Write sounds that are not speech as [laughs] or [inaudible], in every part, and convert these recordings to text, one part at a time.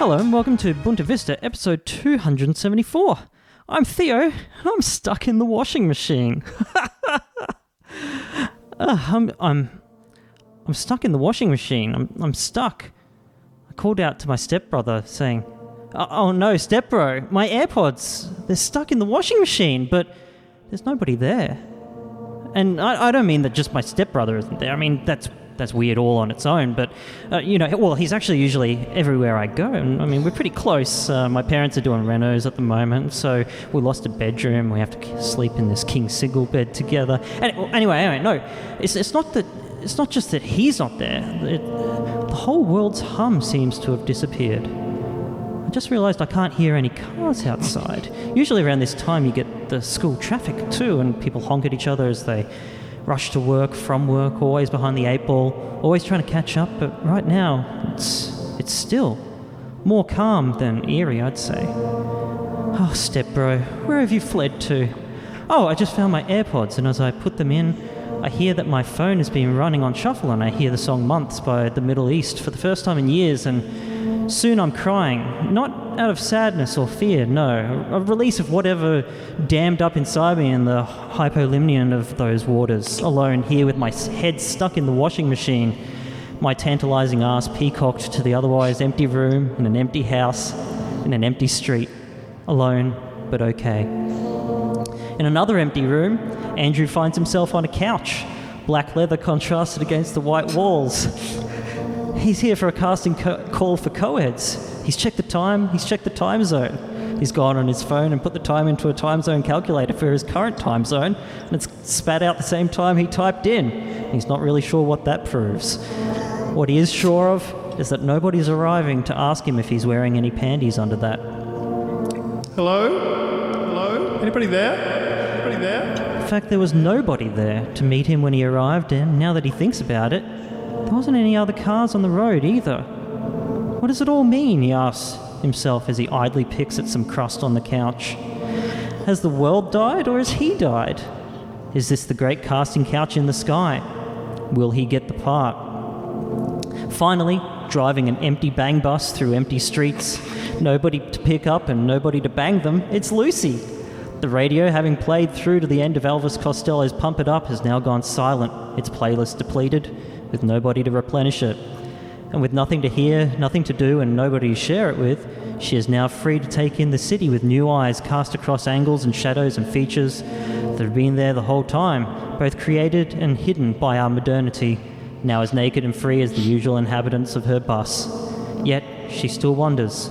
Hello and welcome to Bunta Vista episode 274. I'm Theo and I'm stuck in the washing machine. [laughs] Ah, I'm, I'm, I'm stuck in the washing machine. I'm, I'm stuck. I called out to my stepbrother saying, "Oh- Oh no, stepbro, my AirPods, they're stuck in the washing machine, but there's nobody there. And I, I don't mean that just my stepbrother isn't there. I mean that's that's weird all on its own. But uh, you know, well, he's actually usually everywhere I go. And, I mean, we're pretty close. Uh, my parents are doing renos at the moment, so we lost a bedroom. We have to k- sleep in this King Sigil bed together. And well, anyway, anyway, no, it's it's not that. It's not just that he's not there. It, the whole world's hum seems to have disappeared. I just realised I can't hear any cars outside. Usually around this time you get the school traffic too, and people honk at each other as they rush to work, from work, always behind the eight ball, always trying to catch up. But right now, it's it's still more calm than eerie, I'd say. Oh, stepbro, where have you fled to? Oh, I just found my AirPods, and as I put them in, I hear that my phone has been running on shuffle, and I hear the song Months by the Middle East for the first time in years, and soon I'm crying. Not out of sadness or fear, no. A release of whatever dammed up inside me in the hypolimnion of those waters, alone here with my s- head stuck in the washing machine, my tantalizing ass peacocked to the otherwise empty room, in an empty house, in an empty street alone, but okay. In another empty room, Andrew finds himself on a couch, black leather contrasted against the white walls. He's here for a casting co- call for co-eds. He's checked the time, he's checked the time zone. He's gone on his phone and put the time into a time zone calculator for his current time zone, and it's spat out the same time he typed in. He's not really sure what that proves. What he is sure of is that nobody's arriving to ask him if he's wearing any panties under that. Hello? Hello? Anybody there? Anybody there? In fact, there was nobody there to meet him when he arrived, and now that he thinks about it, there wasn't any other cars on the road either. What does it all mean? he asks himself as he idly picks at some crust on the couch. Has the world died, or has he died? Is this the great casting couch in the sky? Will he get the part? Finally, driving an empty bang bus through empty streets, nobody to pick up and nobody to bang them, it's Lucy. The radio, having played through to the end of Elvis Costello's Pump It Up, has now gone silent, its playlist depleted, with nobody to replenish it. And with nothing to hear, nothing to do, and nobody to share it with, she is now free to take in the city with new eyes cast across angles and shadows and features that have been there the whole time, both created and hidden by our modernity, now as naked and free as the usual inhabitants of her bus. Yet, she still wonders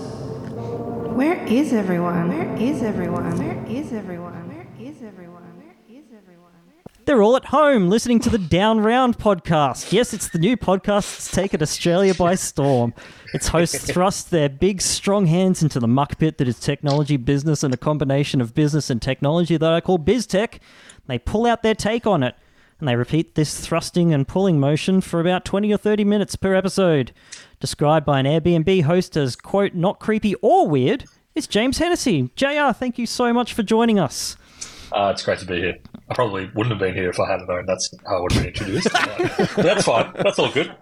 Where is everyone? Where is everyone? Where is everyone? Where is everyone? Where is everyone? They're all at home listening to the Down Round podcast. Yes, it's the new podcast that's taken Australia by storm. Its hosts thrust their big, strong hands into the muck pit that is technology, business, and a combination of business and technology that I call BizTech. They pull out their take on it, and they repeat this thrusting and pulling motion for about 20 or 30 minutes per episode. Described by an Airbnb host as, quote, not creepy or weird, it's James Hennessy. JR, thank you so much for joining us. Uh, it's great to be here. I probably wouldn't have been here if I hadn't known that's how I would have been introduced. [laughs] but that's fine. That's all good.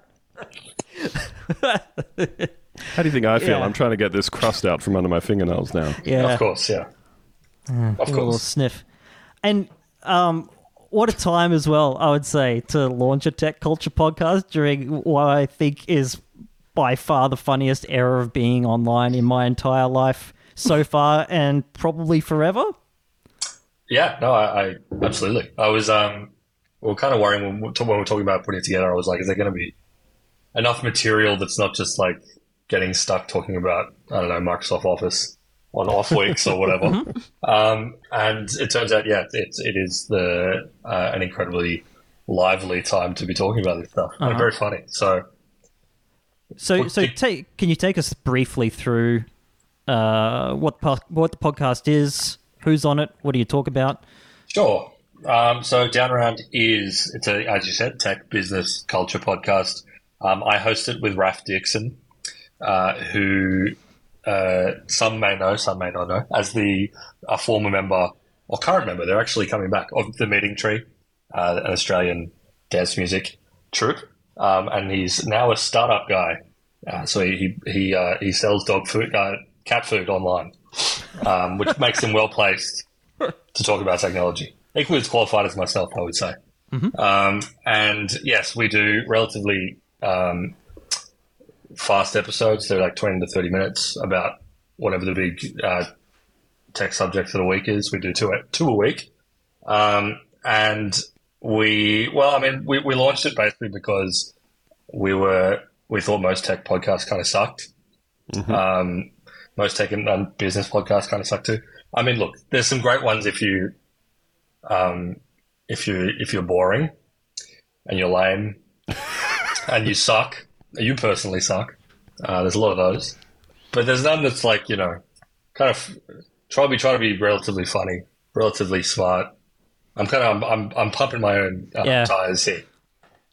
How do you think I feel? Yeah. I'm trying to get this crust out from under my fingernails now. Yeah. Of course, yeah. of a little course. sniff. And um, what a time as well, I would say, to launch a tech culture podcast during what I think is by far the funniest era of being online in my entire life so [laughs] far and probably forever. Yeah, no, I, I absolutely. I was um, well, kind of worrying when, we- when we were talking about putting it together. I was like, is there going to be enough material that's not just like getting stuck talking about, I don't know, Microsoft Office on off weeks or whatever? um, and it turns out, yeah, it's, it is the uh, an incredibly lively time to be talking about this stuff. And very funny. So, So, What so did- take, can you take us briefly through uh, what po- what the podcast is, who's on it, what do you talk about? Sure. Um, so Downround is it's a as you said tech business culture podcast. Um, I host it with Raf Dixon, uh, who uh, some may know, some may not know, as the a former member or current member. They're actually coming back of the Meeting Tree, uh, an Australian dance music troupe, um, and he's now a startup guy Uh, so he he uh, he sells dog food, uh, cat food online, um, which makes him well placed to talk about technology. Equally as qualified as myself, I would say. Um, and yes, we do relatively um, fast episodes. They're like twenty to thirty minutes about whatever the big uh, tech subject for the week is. We do two a, two a week, um, and we well, I mean, we, we launched it basically because we were we thought most tech podcasts kind of sucked. Um, most tech and um, business podcasts kind of suck too. I mean, look, there's some great ones if you um, if you if you're boring and you're lame and you suck. You personally suck. Uh, there's a lot of those, but there's none that's like you know, kind of try to be try to be relatively funny, relatively smart. I'm kind of I'm I'm, I'm pumping my own uh, Yeah. tires here.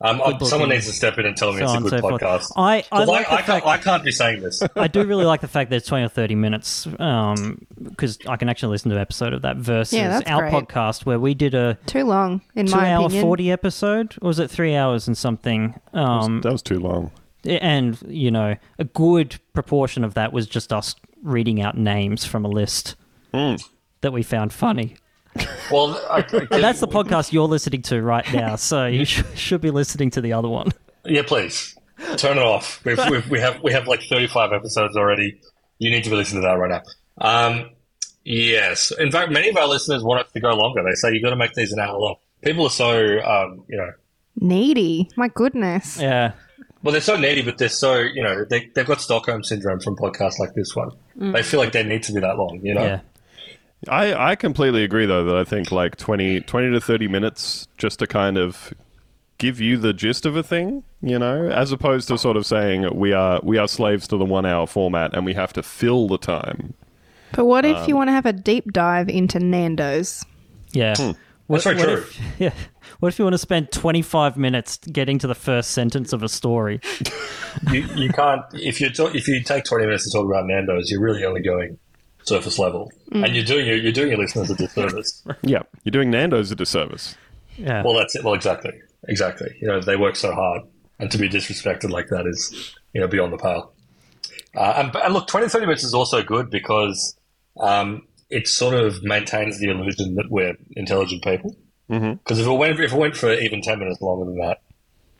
Um, I- Good someone booking. needs to step in and tell me So it's a on and good so forth. podcast. I, I 'Cause like the I, fact can't, I can't be saying this. [laughs] I do really like the fact that it's 20 or 30 minutes because I can actually listen to an episode of that versus Yeah, that's our great. podcast where we did a Too long, in two my hour opinion. 40 episode or was it three hours and something? Um, that was too long. and, you know, a good proportion of that was just us reading out names from a list Mm. that we found funny. Well, I, And that's the podcast you're listening to right [laughs] now, so you sh- should be listening to the other one. yeah. Please turn it off. We've, we've, we have we have like thirty five episodes already. You need to be listening to that right now. Um, yes, in fact, many of our listeners want us to go longer. They say you've got to make these an hour long. People are so um, you know, Needy. My goodness. Yeah. well, they're so needy, but they're so you know, they they've got Stockholm syndrome from podcasts like this one. They feel like they need to be that long. You know, Mm. Yeah. I, I completely agree though that I think like 20, 20 to 30 minutes just to kind of give you the gist of a thing, you know, as opposed to sort of saying we are we are slaves to the 1 hour format and we have to fill the time. But what if Um, you want to have a deep dive into Nando's? Yeah. What, Hmm. That's very what true. If, [laughs] yeah. What if you want to spend 25 minutes getting to the first sentence of a story? you, you can't if you talk, if you take twenty minutes to talk about Nando's, you're really only going surface level, and you're doing your, you're doing your listeners a disservice. Yeah, you're doing Nando's a disservice. Yeah. Well, that's it. Well, exactly, exactly. You know, they work so hard, and to be disrespected like that is, you know, beyond the pale. Uh, and, but- and look, 20, 30 minutes is also good because um, it sort of maintains the illusion that we're intelligent people. Because if it went if it went for even ten minutes longer than that,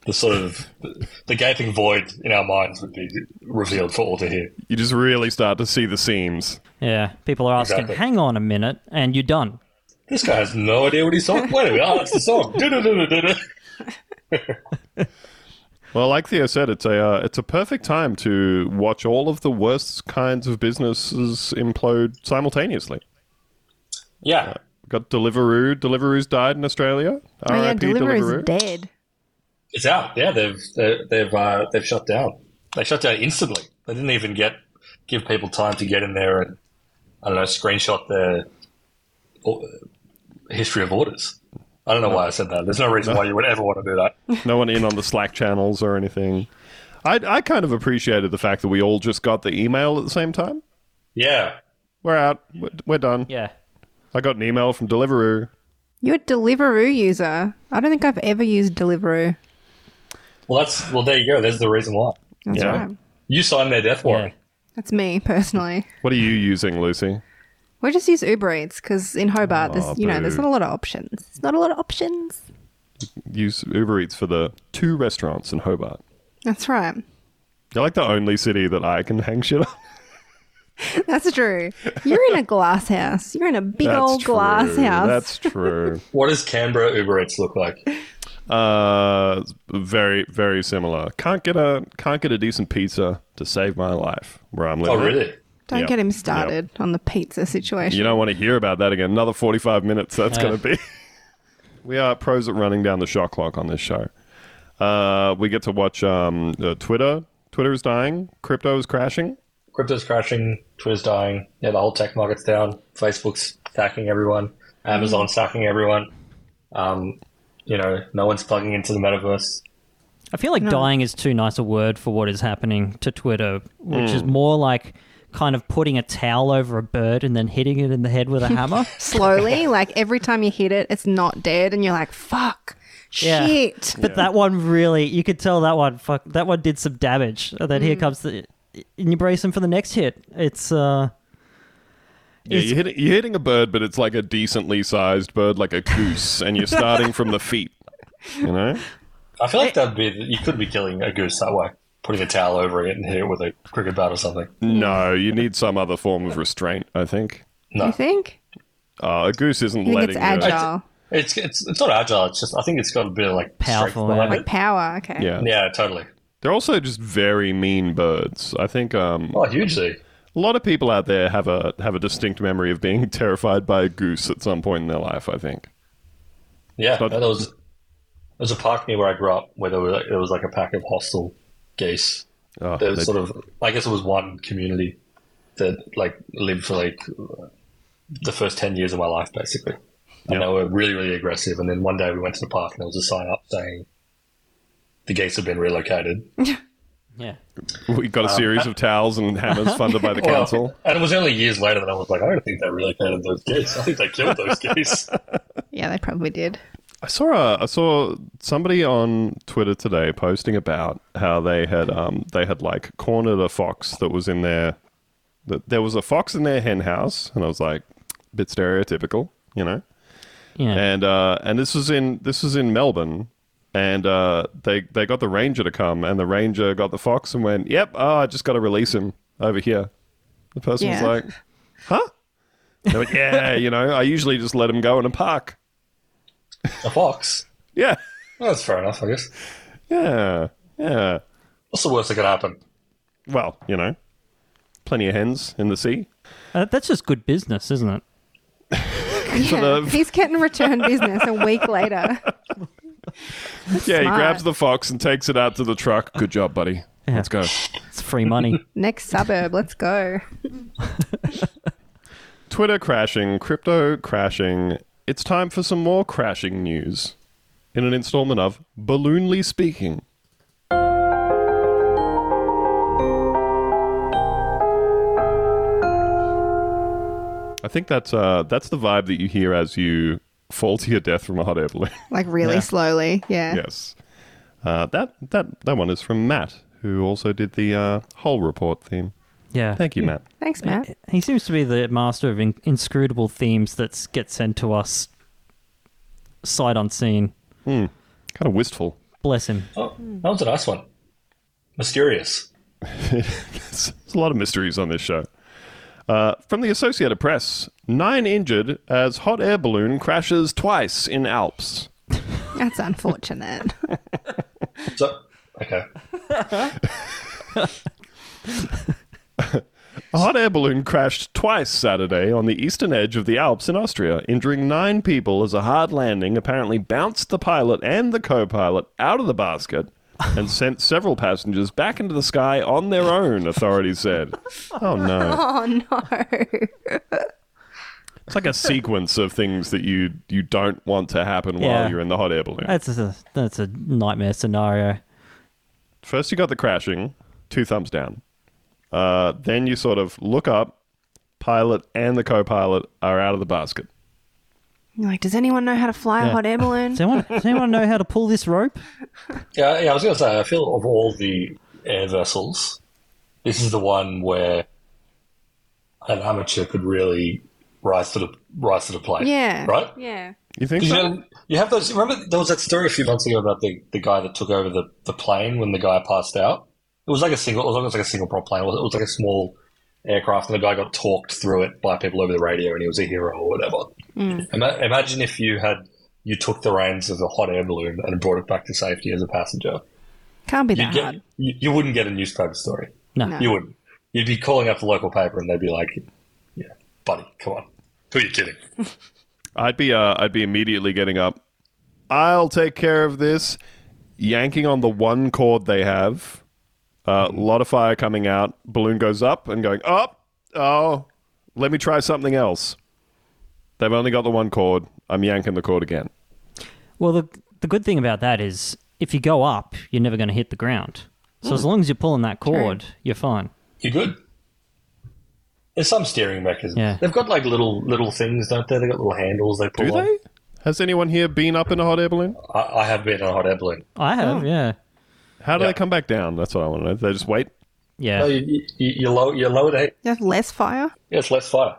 the sort of the gaping void in our minds would be revealed for all to hear. You just really start to see the seams. yeah. People are asking, Exactly. hang on a minute, and you're done. This guy has no idea what he's talking. Wait a minute, oh, that's the song. Du-du-du-du-du-du. Well, like Theo said, it's a uh, it's a perfect time to watch all of the worst kinds of businesses implode simultaneously. Yeah, Got Deliveroo. Deliveroo's died in Australia. Oh, yeah, R.I.P. Deliveroo's dead. it's out. Yeah, they've they've they've, uh, they've shut down. They shut down instantly. They didn't even get give people time to get in there and I don't know screenshot their or- history of orders. I don't know why I said that. There's no reason why you would ever want to do that. no one in on the Slack channels or anything. I, I kind of appreciated the fact that we all just got the email at the same time. Yeah, We're out. We're, we're done. Yeah. I got an email from Deliveroo. You're a Deliveroo user. I don't think I've ever used Deliveroo. well that's well there you go. There's the reason why That's Yeah. right. you signed their death Yeah. warrant. That's me personally. What are you using, Lucy? We just use Uber Eats because in Hobart, Aw, there's you know, there's Ah, not boo. a lot of options. There's not a lot of options. Use Uber Eats for the two restaurants in Hobart. That's right. You're like the only city that I can hang shit on. That's true. You're in a glass house. You're in a big That's old glass true. house. That's true. What does Canberra Uber Eats look like? uh, very very similar. Can't get a can't get a decent pizza to save my life where I'm Oh, living. really? Don't Yep. get him started on the pizza situation. You don't want to hear about that again. Another 45 minutes, that's going to be. [laughs] we are pros at running down the shot clock on this show. Uh, we get to watch um, uh, Twitter. Twitter is dying. Crypto is crashing. crypto's crashing, Twitter's dying, yeah, the whole tech market's down, Facebook's sacking everyone, Amazon's sacking everyone. Um, you know, no one's plugging into the metaverse. I feel like dying is too nice a word for what is happening to Twitter, which is more like kind of putting a towel over a bird and then hitting it in the head with a hammer. [laughs] Slowly, like every time you hit it, it's not dead, and you're like, fuck, Yeah. Shit. But that one really, you could tell that one, fuck, that one did some damage. And then here comes the, and you brace him for the next hit. It's, uh, Yeah, It's- you're, hitting, you're hitting a bird, but it's like a decently sized bird, like a goose, and you're starting from the feet. You [laughs] know? I feel like that'd be you could be killing a goose that way, putting a towel over it and hit it with a cricket bat or something. No, you need some other form of restraint, I think. No. You think? Uh, a goose isn't I think letting it's you- agile. It's it's it's not agile. It's just I think it's got a bit of like Powerful, strength behind yeah. Like power. Okay. Yeah. it. Yeah, totally. They're also just very mean birds. I think um, Oh, hugely. a lot of people out there have a have a distinct memory of being [laughs] terrified by a goose at some point in their life, I think. Yeah, But- there was there was a park near where I grew up where there was like, there was like a pack of hostile geese. Oh, There was they- sort of I guess it was one community that like lived for like the first ten years of my life basically, Yeah. and they were really really aggressive. And then one day we went to the park and there was a sign up saying the geese have been relocated. yeah. [laughs] we got a series of towels and hammers funded by the um, [laughs] Well, council. and it was only years later that I was like, I don't think they relocated those geese. I think they killed those geese. Yeah, they [laughs] probably did. I saw a, I saw somebody on Twitter today posting about how they had um, they had like cornered a fox that was in their that there was a fox in their hen house, and I was like, bit stereotypical, you know. Yeah. And uh, and this was in this was in Melbourne, and uh, they they got the ranger to come, and the ranger got the fox and went, "Yep, oh, I just got to release him over here." The person was Yeah. like, "Huh?" They went, [laughs] "Yeah, you know, I usually just let him go in a park." a fox. Yeah, Well, that's fair enough, I guess. yeah, yeah. What's the worst that could happen? Well, you know, plenty of hens in the sea. Uh, that's just good business, isn't it? Yeah. the- He's getting return business a week later. yeah, he smart. grabs the fox and takes it out to the truck. Good job, buddy. Let's [laughs] go. It's free [laughs] money. Next suburb. Let's go. Twitter crashing, crypto crashing. It's time for some more crashing news in an installment of Balloonly Speaking. I think that's uh, that's the vibe that you hear as you fall to your death from a hot air balloon. Like really Yeah. slowly. Yeah. yes, uh, that that that one is from Matt, who also did the uh, whole report theme. Yeah. Thank you, Matt. Thanks, Matt. He seems to be the master of in- inscrutable themes that get sent to us sight unseen. Kind of wistful. Bless him. Oh, that was a nice one. Mysterious. There's a lot of mysteries on this show. Uh, from the Associated Press, nine injured as hot air balloon crashes twice in Alps. That's unfortunate. [laughs] So, okay. A hot air balloon crashed twice Saturday on the eastern edge of the Alps in Austria, injuring nine people as a hard landing apparently bounced the pilot and the co pilot out of the basket and sent several passengers back into the sky on their own, authorities said. Oh no. oh no. It's like a sequence of things that you you don't want to happen Yeah. while you're in the hot air balloon. That's a that's a nightmare scenario. First, you got the crashing, two thumbs down. Uh, then you sort of look up, pilot and the co pilot are out of the basket. You're like, does anyone know how to fly a Yeah. hot air balloon? Does anyone, does anyone know how to pull this rope? Yeah, yeah. I was going to say, I feel of all the air vessels, this is the one where an amateur could really rise to the rise to the plate. yeah. Right. Yeah. You think You, so? know, you have those. Remember, there was that story a few months ago about the, the guy that took over the, the plane when the guy passed out. It was like a single. It was almost like a single prop plane. It was, it was like a small aircraft, and the guy got talked through it by people over the radio, and he was a hero or whatever. Ima- imagine if you had you took the reins of a hot air balloon and brought it back to safety as a passenger. Can't be You that get hard. you, you wouldn't get a newspaper story. No. No. You wouldn't. You'd be calling up the local paper, and they'd be like, "Yeah, buddy, come on, who are you kidding?" I'd be uh, I'd be immediately getting up. I'll take care of this. Yanking on the one cord they have. A lot of fire coming out. Balloon goes up and going up. Oh, let me try something else. They've only got the one cord. I'm yanking the cord again. Well, the the good thing about that is if you go up, you're never going to hit the ground. So Hmm. as long as you're pulling that cord, you're fine. You're good. There's some steering mechanism. Yeah. They've got like little little things, don't they? They've got little handles they pull Do on. they? Has anyone here been up in a hot air balloon? I, I have been on a hot air balloon. I have, Oh. yeah. How do Yeah. they come back down? That's what I want to know. They just wait. No, Yeah. Oh, you, you, you low, you lower the heat. You have less fire? Yeah, it's less fire.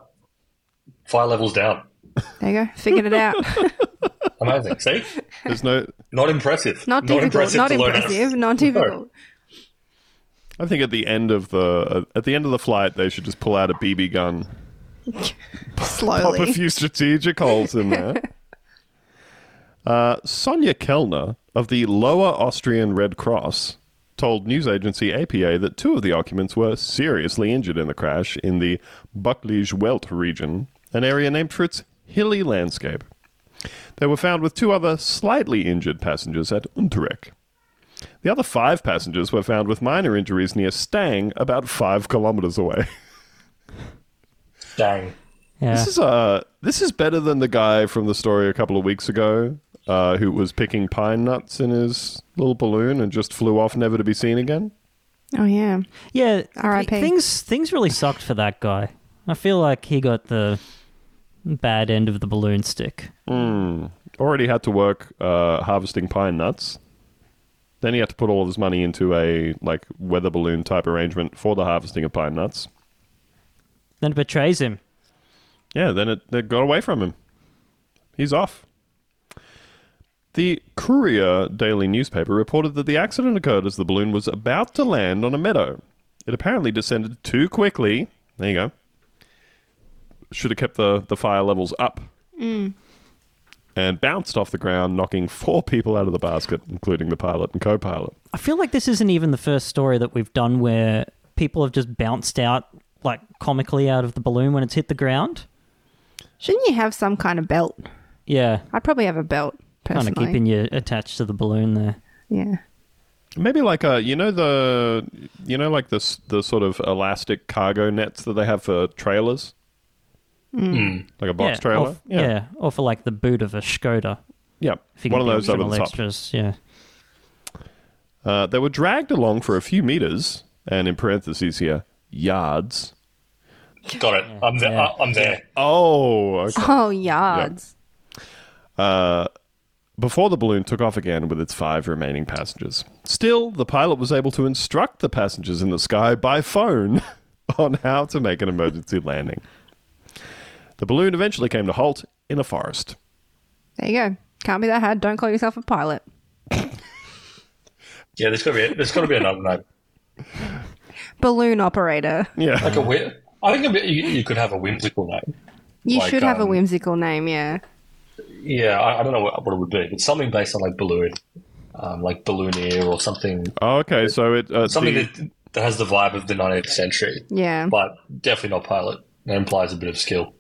Fire levels down. There you go. Figured it out. [laughs] Amazing. See, There's no. not impressive. Not difficult. Not to learn how to- impressive. Not difficult. I think at the end of the uh, at the end of the flight, they should just pull out a BB gun, pop a Slowly. few strategic holes in there. Uh, Sonia Kellner of the Lower Austrian Red Cross told news agency APA that two of the occupants were seriously injured in the crash in the Bucklige Welt region, an area named for its hilly landscape. They were found with two other slightly injured passengers at Unterreck. The other five passengers were found with minor injuries near Stang, about five kilometers away. [laughs] Dang. Yeah. This is uh this is better than the guy from the story a couple of weeks ago, uh, who was picking pine nuts in his little balloon and just flew off never to be seen again. Oh, yeah. Yeah. R.I.P.. th- Things things really sucked for that guy. I feel like he got the bad end of the balloon stick. Already had to work uh, harvesting pine nuts. Then he had to put all of his money into a like weather balloon type arrangement for the harvesting of pine nuts. Then it betrays him. Yeah, then it, it got away from him. He's off. The Courier Daily newspaper reported that the accident occurred as the balloon was about to land on a meadow. It apparently descended too quickly. There you go. Should have kept the, the fire levels up. And bounced off the ground, knocking four people out of the basket, including the pilot and co pilot. I feel like this isn't even the first story that we've done where people have just bounced out like comically out of the balloon when it's hit the ground. Shouldn't you have some kind of belt? Yeah. I'd probably have a belt, Kind personally. of keeping you attached to the balloon there. Yeah. Maybe like uh, you know the you know like the s- the sort of elastic cargo nets that they have for trailers, like a box yeah, trailer. Or, f- yeah. Or for like the boot of a Skoda. yeah, If you One of can those build over the some top. extras. Yeah. Uh, they were dragged along for a few meters, and in parentheses here, yards. Got it. I'm there. Yeah. I- I'm there. Oh, okay. Oh, yards. before the balloon took off again with its five remaining passengers. Still, the pilot was able to instruct the passengers in the sky by phone [laughs] on how to make an emergency landing. The balloon eventually came to halt in a forest. There you go. Can't be that hard. Don't call yourself a pilot. Yeah, there's gotta be there's gotta be another name. Balloon operator. Yeah. Like a whim. I think it'd be- you, you could have a whimsical name. You Like, should have a um, whimsical name, yeah. Yeah, I, I don't know what, what it would be, but something based on like balloon, um, like ballooneer or something, Oh, okay, so it uh, something the- that, that has the vibe of the 19th century, Yeah. but definitely not pilot. That implies a bit of skill.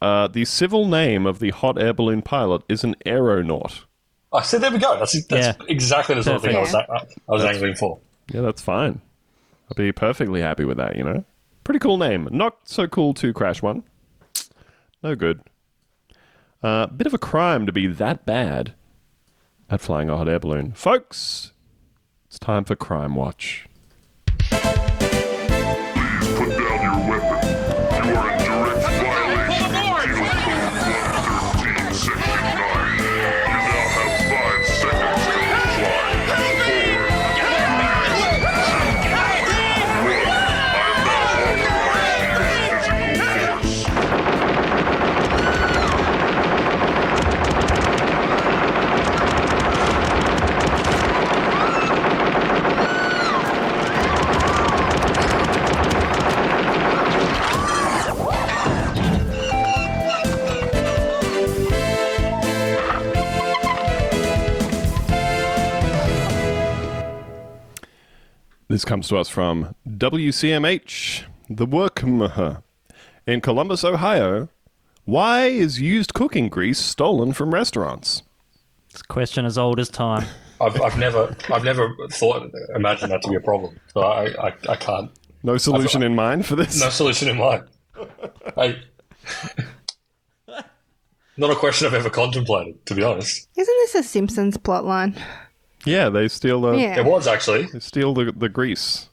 uh, the civil name of the hot air balloon pilot is an aeronaut. Oh, so there we go. That's, that's Yeah. exactly the sort of thing I was, I, I was angling for. Yeah, that's fine. I'd be perfectly happy with that. You know, pretty cool name. Not so cool to crash one. No good. Uh, bit of a crime to be that bad at flying a hot air balloon, folks. It's time for Crime Watch. Put down your weapon. You are in direct violation of Penal Code 113, Section 9. You now have five seconds to comply. Four, three, two, one. I am now authorizing your physical force. This comes to us from WCMH, the Workmh, in Columbus, Ohio. Why is used cooking grease stolen from restaurants? It's a question as old as time. [laughs] I've, I've never, I've never thought, imagined that to be a problem. So I, I, I can't. No solution in mind for this. No solution in mind. I, [laughs] not a question I've ever contemplated, to be honest. Isn't this a Simpsons plotline? Yeah, they steal the Yeah. It was actually. they steal the, the grease,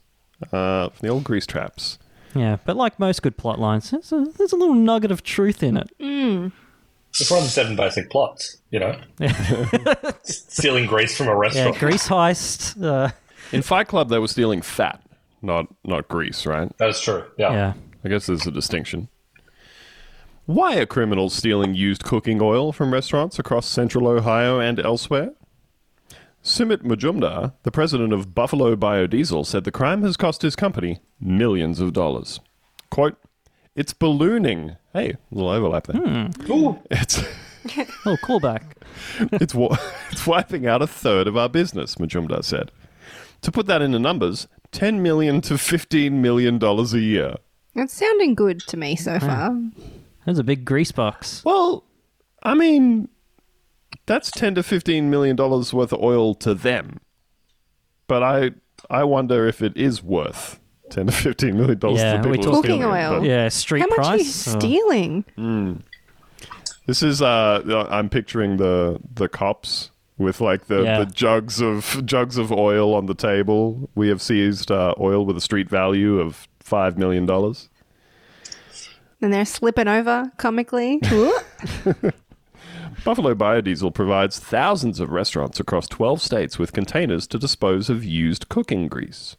uh, from the old grease traps. Mm. Yeah, but like most good plot lines, there's a, there's a little nugget of truth in it. It's one of the seven basic plots, you know? [laughs] Stealing grease from a Yeah, restaurant. grease heist. Uh, In Fight Club, they were stealing fat, not not grease, right? that is true. Yeah. yeah. I guess there's a distinction. Why are criminals stealing used cooking oil from restaurants across central Ohio and elsewhere? Sumit Majumdar, the president of Buffalo Biodiesel, said the crime has cost his company millions of dollars. Quote, it's ballooning. Hey, little overlap there. It's, [laughs] Oh, callback. it's, wa- [laughs] it's wiping out a third of our business, Majumdar said. To put that into numbers, 10 million to 15 million dollars a year. It's sounding good to me so far. That's a big grease box. Well, I mean, that's ten to fifteen million dollars worth of oil to them. But I, I wonder if it is worth ten to fifteen million dollars Yeah, to the we people talked- who are stealing Cooking it, oil. but Yeah, street How much price. are you Oh. stealing? This is, uh, I'm picturing the the cops with like the, Yeah. the jugs of jugs of oil on the table. We have seized uh, oil with a street value of five million dollars. And they're slipping over comically. Whoop. Buffalo Biodiesel provides thousands of restaurants across 12 states with containers to dispose of used cooking grease.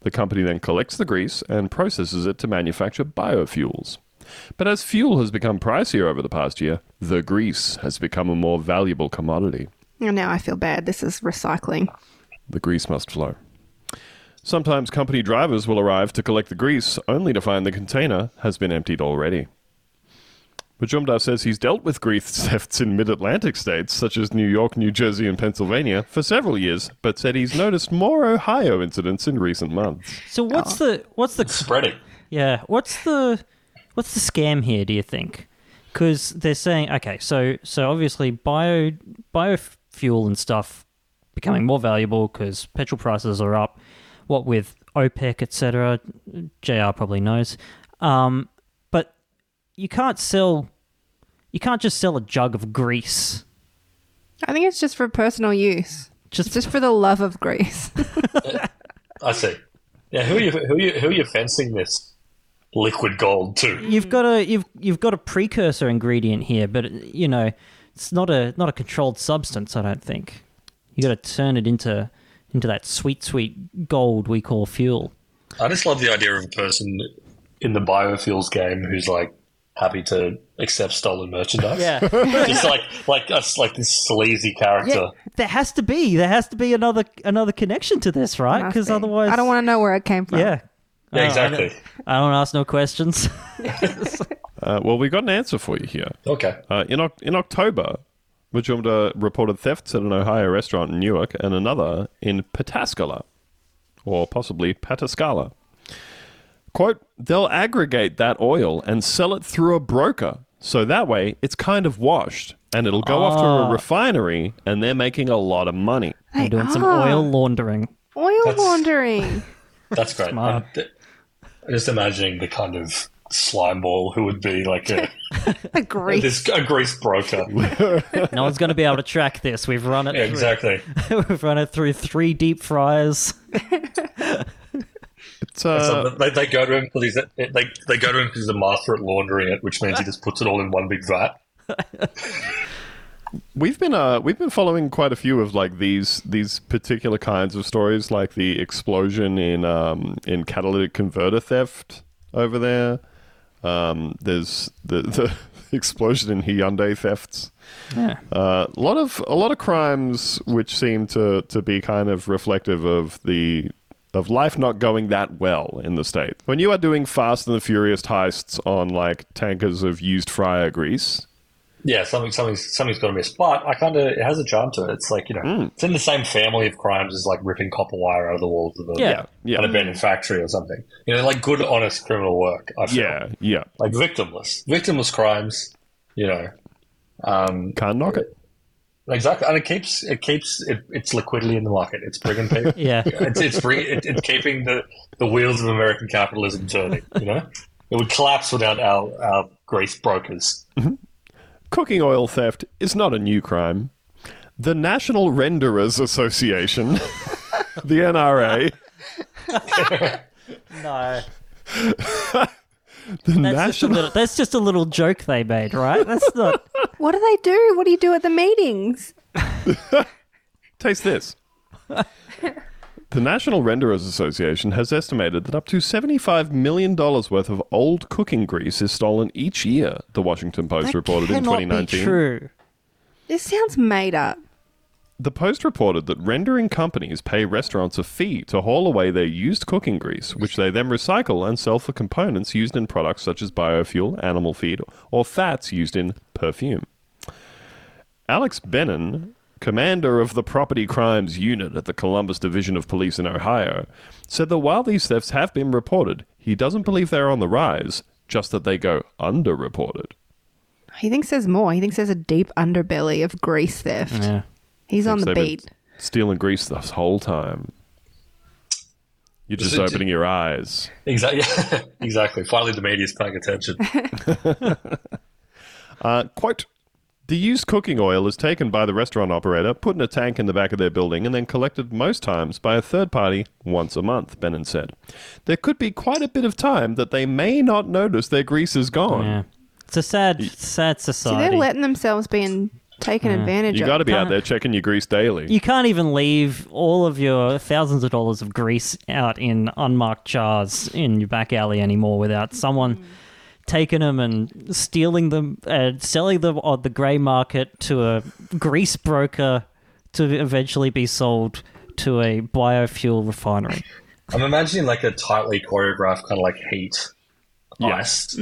The company then collects the grease and processes it to manufacture biofuels. But as fuel has become pricier over the past year, the grease has become a more valuable commodity. and now I feel bad. This is recycling. The grease must flow. Sometimes company drivers will arrive to collect the grease only to find the container has been emptied already. Majumdar says he's dealt with grease [laughs] thefts in mid Atlantic states such as New York, New Jersey, and Pennsylvania for several years, but said he's noticed more Ohio incidents in recent months. So what's Oh. the what's the Spreading. yeah what's the what's the scam here? Do you think? Because they're saying okay, so so obviously bio biofuel and stuff becoming more valuable because petrol prices are up. What with OPEC, etc. Jr. probably knows, um, but you can't sell you can't just sell a jug of grease. I think it's just for personal use. Just It's just for the love of Greece. [laughs] I see. Yeah, who are you who are you who are you fencing this liquid gold to? you've got a you've you've got a precursor ingredient here, but you know it's not a not a controlled substance. I don't think you got to turn it into into that sweet sweet gold we call fuel. I just love the idea of a person in the biofuels game who's like happy to accept stolen merchandise. [laughs] just like like us like this sleazy character. yeah. [laughs] There has to be there has to be another another connection to this, right? Must Because be. otherwise, I don't want to know where it came from. Yeah, Oh, Yeah, I don't- I don't- exactly. I don't ask no [laughs] questions. Uh, well, we got an answer for you here. Okay. Uh, in, Oc- in October, Majumdar reported thefts at an Ohio restaurant in Newark and another in Pataskala, or possibly Pataskala. Quote, they'll aggregate that oil and sell it through a broker. So that way, it's kind of washed and it'll go off to a refinery and they're making a lot of money. They I'm doing some are. oil laundering. Oil That's- laundering. That's great. I'm, I'm just imagining the kind of slime ball who would be like a, A Greece. this a grease [laughs] broker. No one's going to be able to track this. We've run it. Yeah, through- [laughs] exactly. [laughs] We've run it through three deep fryers. It's, uh, So they, they go to him because he's they, they go to him 'cause he's a master at laundering it, which means he just puts it all in one big vat. We've been uh, we've been following quite a few of like these these particular kinds of stories, like the explosion in um, in catalytic converter theft over there. Um, there's the, [laughs] the explosion in Hyundai thefts. Yeah. Uh, a lot of a lot of crimes which seem to to be kind of reflective of the of life not going that well in the state. When you are doing Fast and the Furious heists on like tankers of used fryer grease, Yeah, something, something, something's got to miss. But I kind of, it has a charm to it. It's like you know, Hmm. it's in the same family of crimes as like ripping copper wire out of the walls of a, Yeah. Yeah. an abandoned factory or something. You know, like good, honest criminal work. I feel. yeah, yeah, like victimless, victimless crimes. You know, um, can't knock it. exactly, and it keeps it keeps it, its liquidity in the market. It's bringing people. Yeah. It's it's, bring, it, it's keeping the, the wheels of American capitalism turning. You know, it would collapse without our our grease brokers. Cooking oil theft is not a new crime. The National Renderers Association, [laughs] the NRA, No. the That's just, a National [laughs] little, that's just a little joke they made, right? That's not. What do they do? What do you do at the meetings? [laughs] Taste this. the National Renderers Association has estimated that up to $75 million worth of old cooking grease is stolen each year, the Washington Post That reported in cannot be 2019. true. This sounds made up. The Post reported that rendering companies pay restaurants a fee to haul away their used cooking grease, which they then recycle and sell for components used in products such as biofuel, animal feed, or fats used in perfume. Alex Bennon, commander of the Property Crimes Unit at the Columbus Division of Police in Ohio, said that while these thefts have been reported, he doesn't believe they're on the rise, just that they go underreported. He thinks there's more. He thinks there's a deep underbelly of grease theft. Yeah. He's on Thinks the they've been beat. Stealing grease this whole time. You're just it- opening your eyes. [laughs] Exactly. exactly. Finally, the media's paying attention. Uh, quote The used cooking oil is taken by the restaurant operator, put in a tank in the back of their building, and then collected most times by a third party once a month, Benin said. There could be quite a bit of time that they may not notice their grease is gone. Yeah. It's a sad, sad See, they're society. letting themselves being taken advantage You of. got to be out there checking your grease daily. you can't even leave all of your thousands of dollars of grease out in unmarked jars in your back alley anymore without someone taking them and stealing them and selling them on the grey market to a grease broker to eventually be sold to a biofuel refinery. I'm imagining like a tightly choreographed kind of like heat heist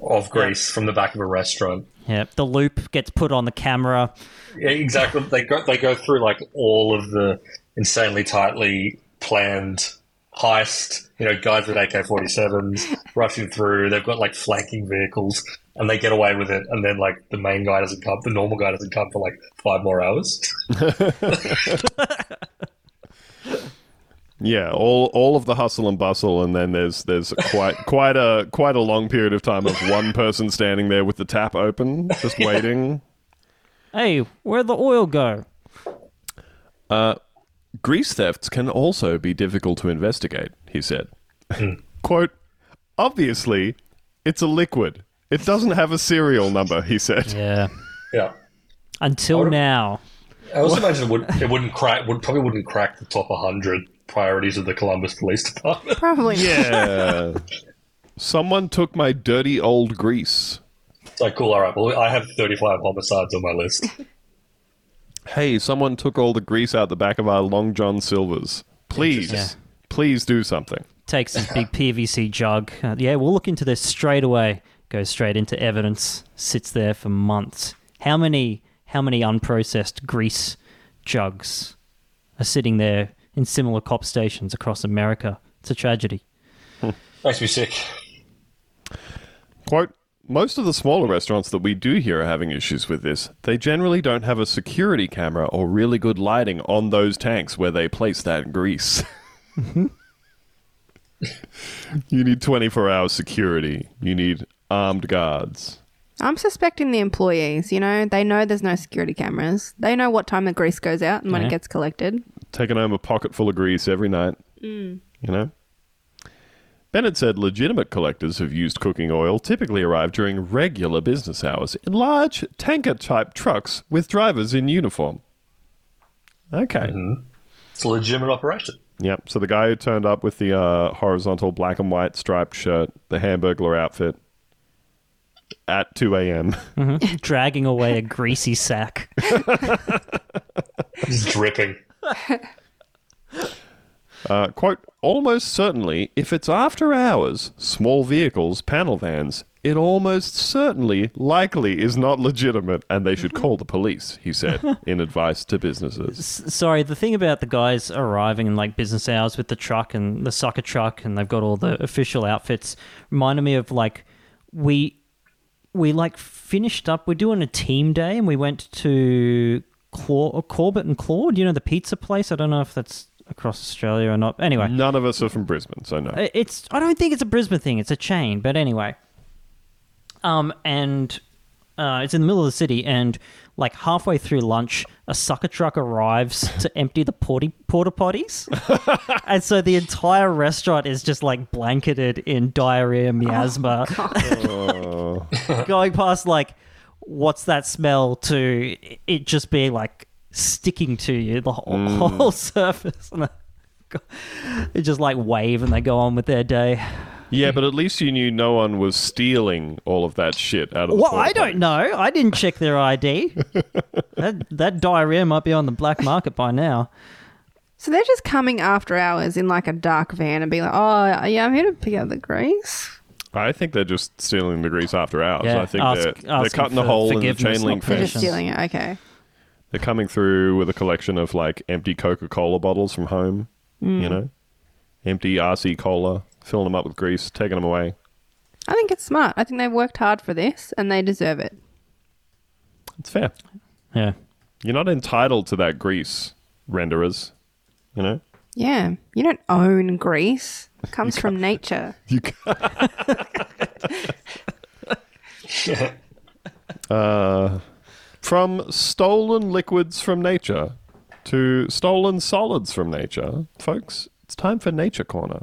of Greece from the back of a restaurant. Yeah, the loop gets put on the camera. Yeah, exactly. They go they go through like all of the insanely tightly planned heist. You know, guys with AK forty sevens rushing through. They've got like flanking vehicles, and they get away with it. And then like the main guy doesn't come, the normal guy doesn't come for like five more hours. [laughs] Yeah, all all of the hustle and bustle, and then there's there's [laughs] quite quite a quite a long period of time of one person standing there with the tap open, just waiting. Hey, where'd the oil go? Grease thefts can also be difficult to investigate, he said. Hmm. Quote, obviously, it's a liquid. It doesn't have a serial number, he said. Yeah. Yeah. Until Or- now. I also imagine it, would, it wouldn't crack. Would probably wouldn't crack the top 100 priorities of the Columbus Police Department. Probably not. Yeah. Someone took my dirty old grease. It's like, cool. All right. Well, I have 35 homicides on my list. Hey, someone took all the grease out the back of our Long John Silvers. Please, Interesting. please do something. takes his big PVC jug. Uh, yeah, we'll look into this straight away. Goes straight into evidence. Sits there for months. How many how many unprocessed grease jugs are sitting there in similar cop stations across America? It's a tragedy. Makes me sick. Quote Most of the smaller restaurants that we do hear are having issues with this. They generally don't have a security camera or really good lighting on those tanks where they place that grease. [laughs] you need 24 hour security, you need armed guards. I'm suspecting the employees, you know, they know there's no security cameras. They know what time the grease goes out and when Yeah. it gets collected. Taking home a pocket full of grease every night. You know? Bennett said legitimate collectors of used cooking oil typically arrive during regular business hours in large tanker type trucks with drivers in uniform. Okay. It's a legitimate operation. Yep. So the guy who turned up with the uh, horizontal black and white striped shirt, the Hamburglar outfit at 2 [laughs] a.m. Dragging away a greasy sack. It's dripping. Uh, quote, almost certainly, if it's after hours, small vehicles, panel vans, it almost certainly, likely is not legitimate and they should call the police, [laughs] he said, in advice to businesses. Sorry, the thing about the guys arriving in like business hours with the truck and the soccer truck and they've got all the official outfits reminded me of like we we like finished up we're doing a team day and we went to Cla- Corbett and Claude, you know the pizza place. I don't know if that's across Australia or not. Anyway, None of us are from Brisbane, so no. I- Uh, it's I don't think it's a Brisbane thing. It's a chain, but anyway. Um, and uh, it's in the middle of the city, and like halfway through lunch, a sucker truck arrives [laughs] to empty the porty porta potties, and so the entire restaurant is just like blanketed in diarrhea miasma, Like, going past like. what's that smell to it just being like sticking to you the whole, whole [laughs] surface. And they- they just like wave and they go on with their day. Yeah, but at least you knew no one was stealing all of that shit out of. Well, the I porta potty. don't know. I didn't check their [laughs] ID. that that diarrhea might be on the black market by now. So they're just coming after hours in like a dark van and being like, oh, yeah, I'm here to pick up the grease. I think they're just stealing the grease after hours. Yeah, I think ask- they're, they're asking cutting the for hole in the forgiveness, chain link not They're fence. permission. just stealing it. Okay. They're coming through with a collection of like empty Coca Cola bottles from home, you know, empty RC Cola, filling them up with grease, taking them away. I think it's smart. I think they've worked hard for this and they deserve it. It's fair. Yeah. You're not entitled to that grease, renderers. You know, Yeah. You don't own grease, it comes from nature. you. [laughs] Can't. Yeah. Uh, from stolen liquids from nature to stolen solids from nature, folks. It's time for Nature Corner.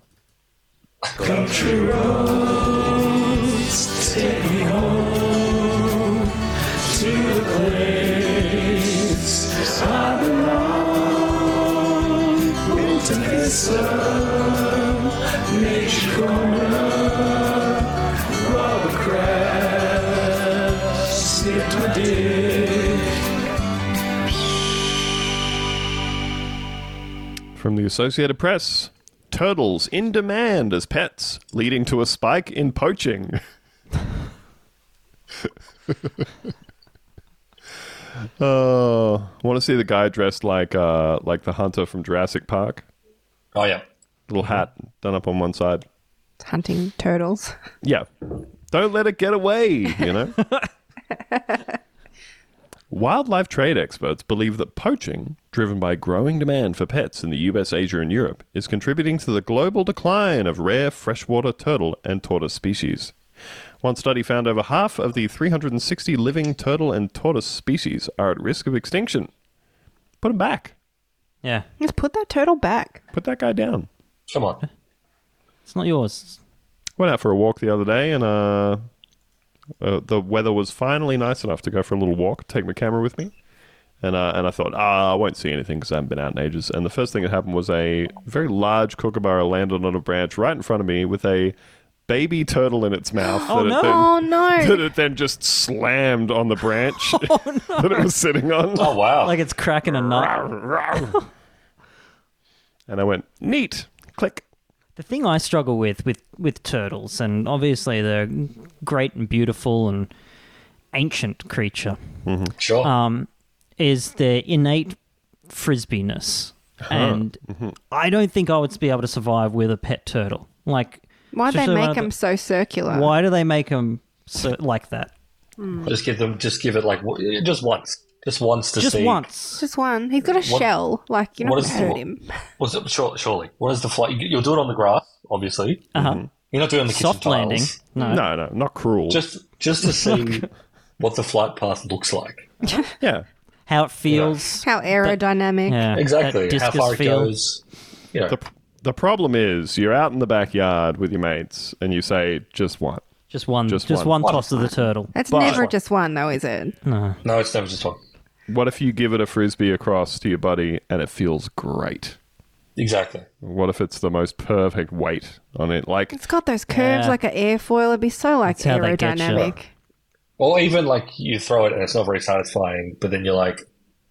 From the Associated Press. Turtles in demand as pets, leading to a spike in poaching. [laughs] Oh, want to see the guy dressed like uh, like the hunter from Jurassic Park? Oh yeah. Little hat done up on one side. It's hunting turtles. [laughs] Yeah. Don't let it get away, you know? Wildlife trade experts believe that poaching, driven by growing demand for pets in the US, Asia, and Europe, is contributing to the global decline of rare freshwater turtle and tortoise species. One study found over half of the 360 living turtle and tortoise species are at risk of extinction. Put him back. Yeah. Let's put that turtle back. Put that guy down. Come on. It's not yours. Went out for a walk the other day, and uh, uh, the weather was finally nice enough to go for a little walk. Take my camera with me, and uh, and I thought, ah, I won't see anything because I haven't been out in ages. And the first thing that happened was a very large kookaburra landed on a branch right in front of me with a baby turtle in its mouth. Oh, that it no. then- Oh, no. [laughs] [laughs] that it then just slammed on the branch [laughs] that it was sitting on. Oh [laughs] wow. Like it's cracking a nut. [laughs] And I went, neat. Click. The thing I struggle with with with turtles, and obviously they're great and beautiful and ancient creature, sure. um, is their innate frisbeeness, and Mm-hmm. I don't think I would be able to survive with a pet turtle. Like, Why'd they especially one make of the- them so circular? Why do they make them so, like that? just give them. Just give it like w- just once. Just once to Just see. once. Just one. He's got a shell. Like, you're not what going to is hurt the- him. Well, so- sure, surely. What is the flight? You- You'll do it on the grass, obviously. Mm-hmm. Uh-huh. You're not doing it on the kitchen Soft landing. tiles. No. No, no, not cruel. Just just to see what the flight path looks like. yeah. How it feels. How aerodynamic. Yeah. Exactly. that How discus far it feel. goes. You know, The, the problem is you're out in the backyard with your mates and you say just one. Just one. Just Just, one. one, toss of the turtle. That's But- never just one, though, is it? no, it's never just one. What if you give it a frisbee across to your buddy and it feels great? Exactly. What if it's the most perfect weight on it? Like It's got those curves Yeah. like an airfoil. It'd be so like That's how they get you. aerodynamic. Or even like you throw it and it's not very satisfying, but then you're like,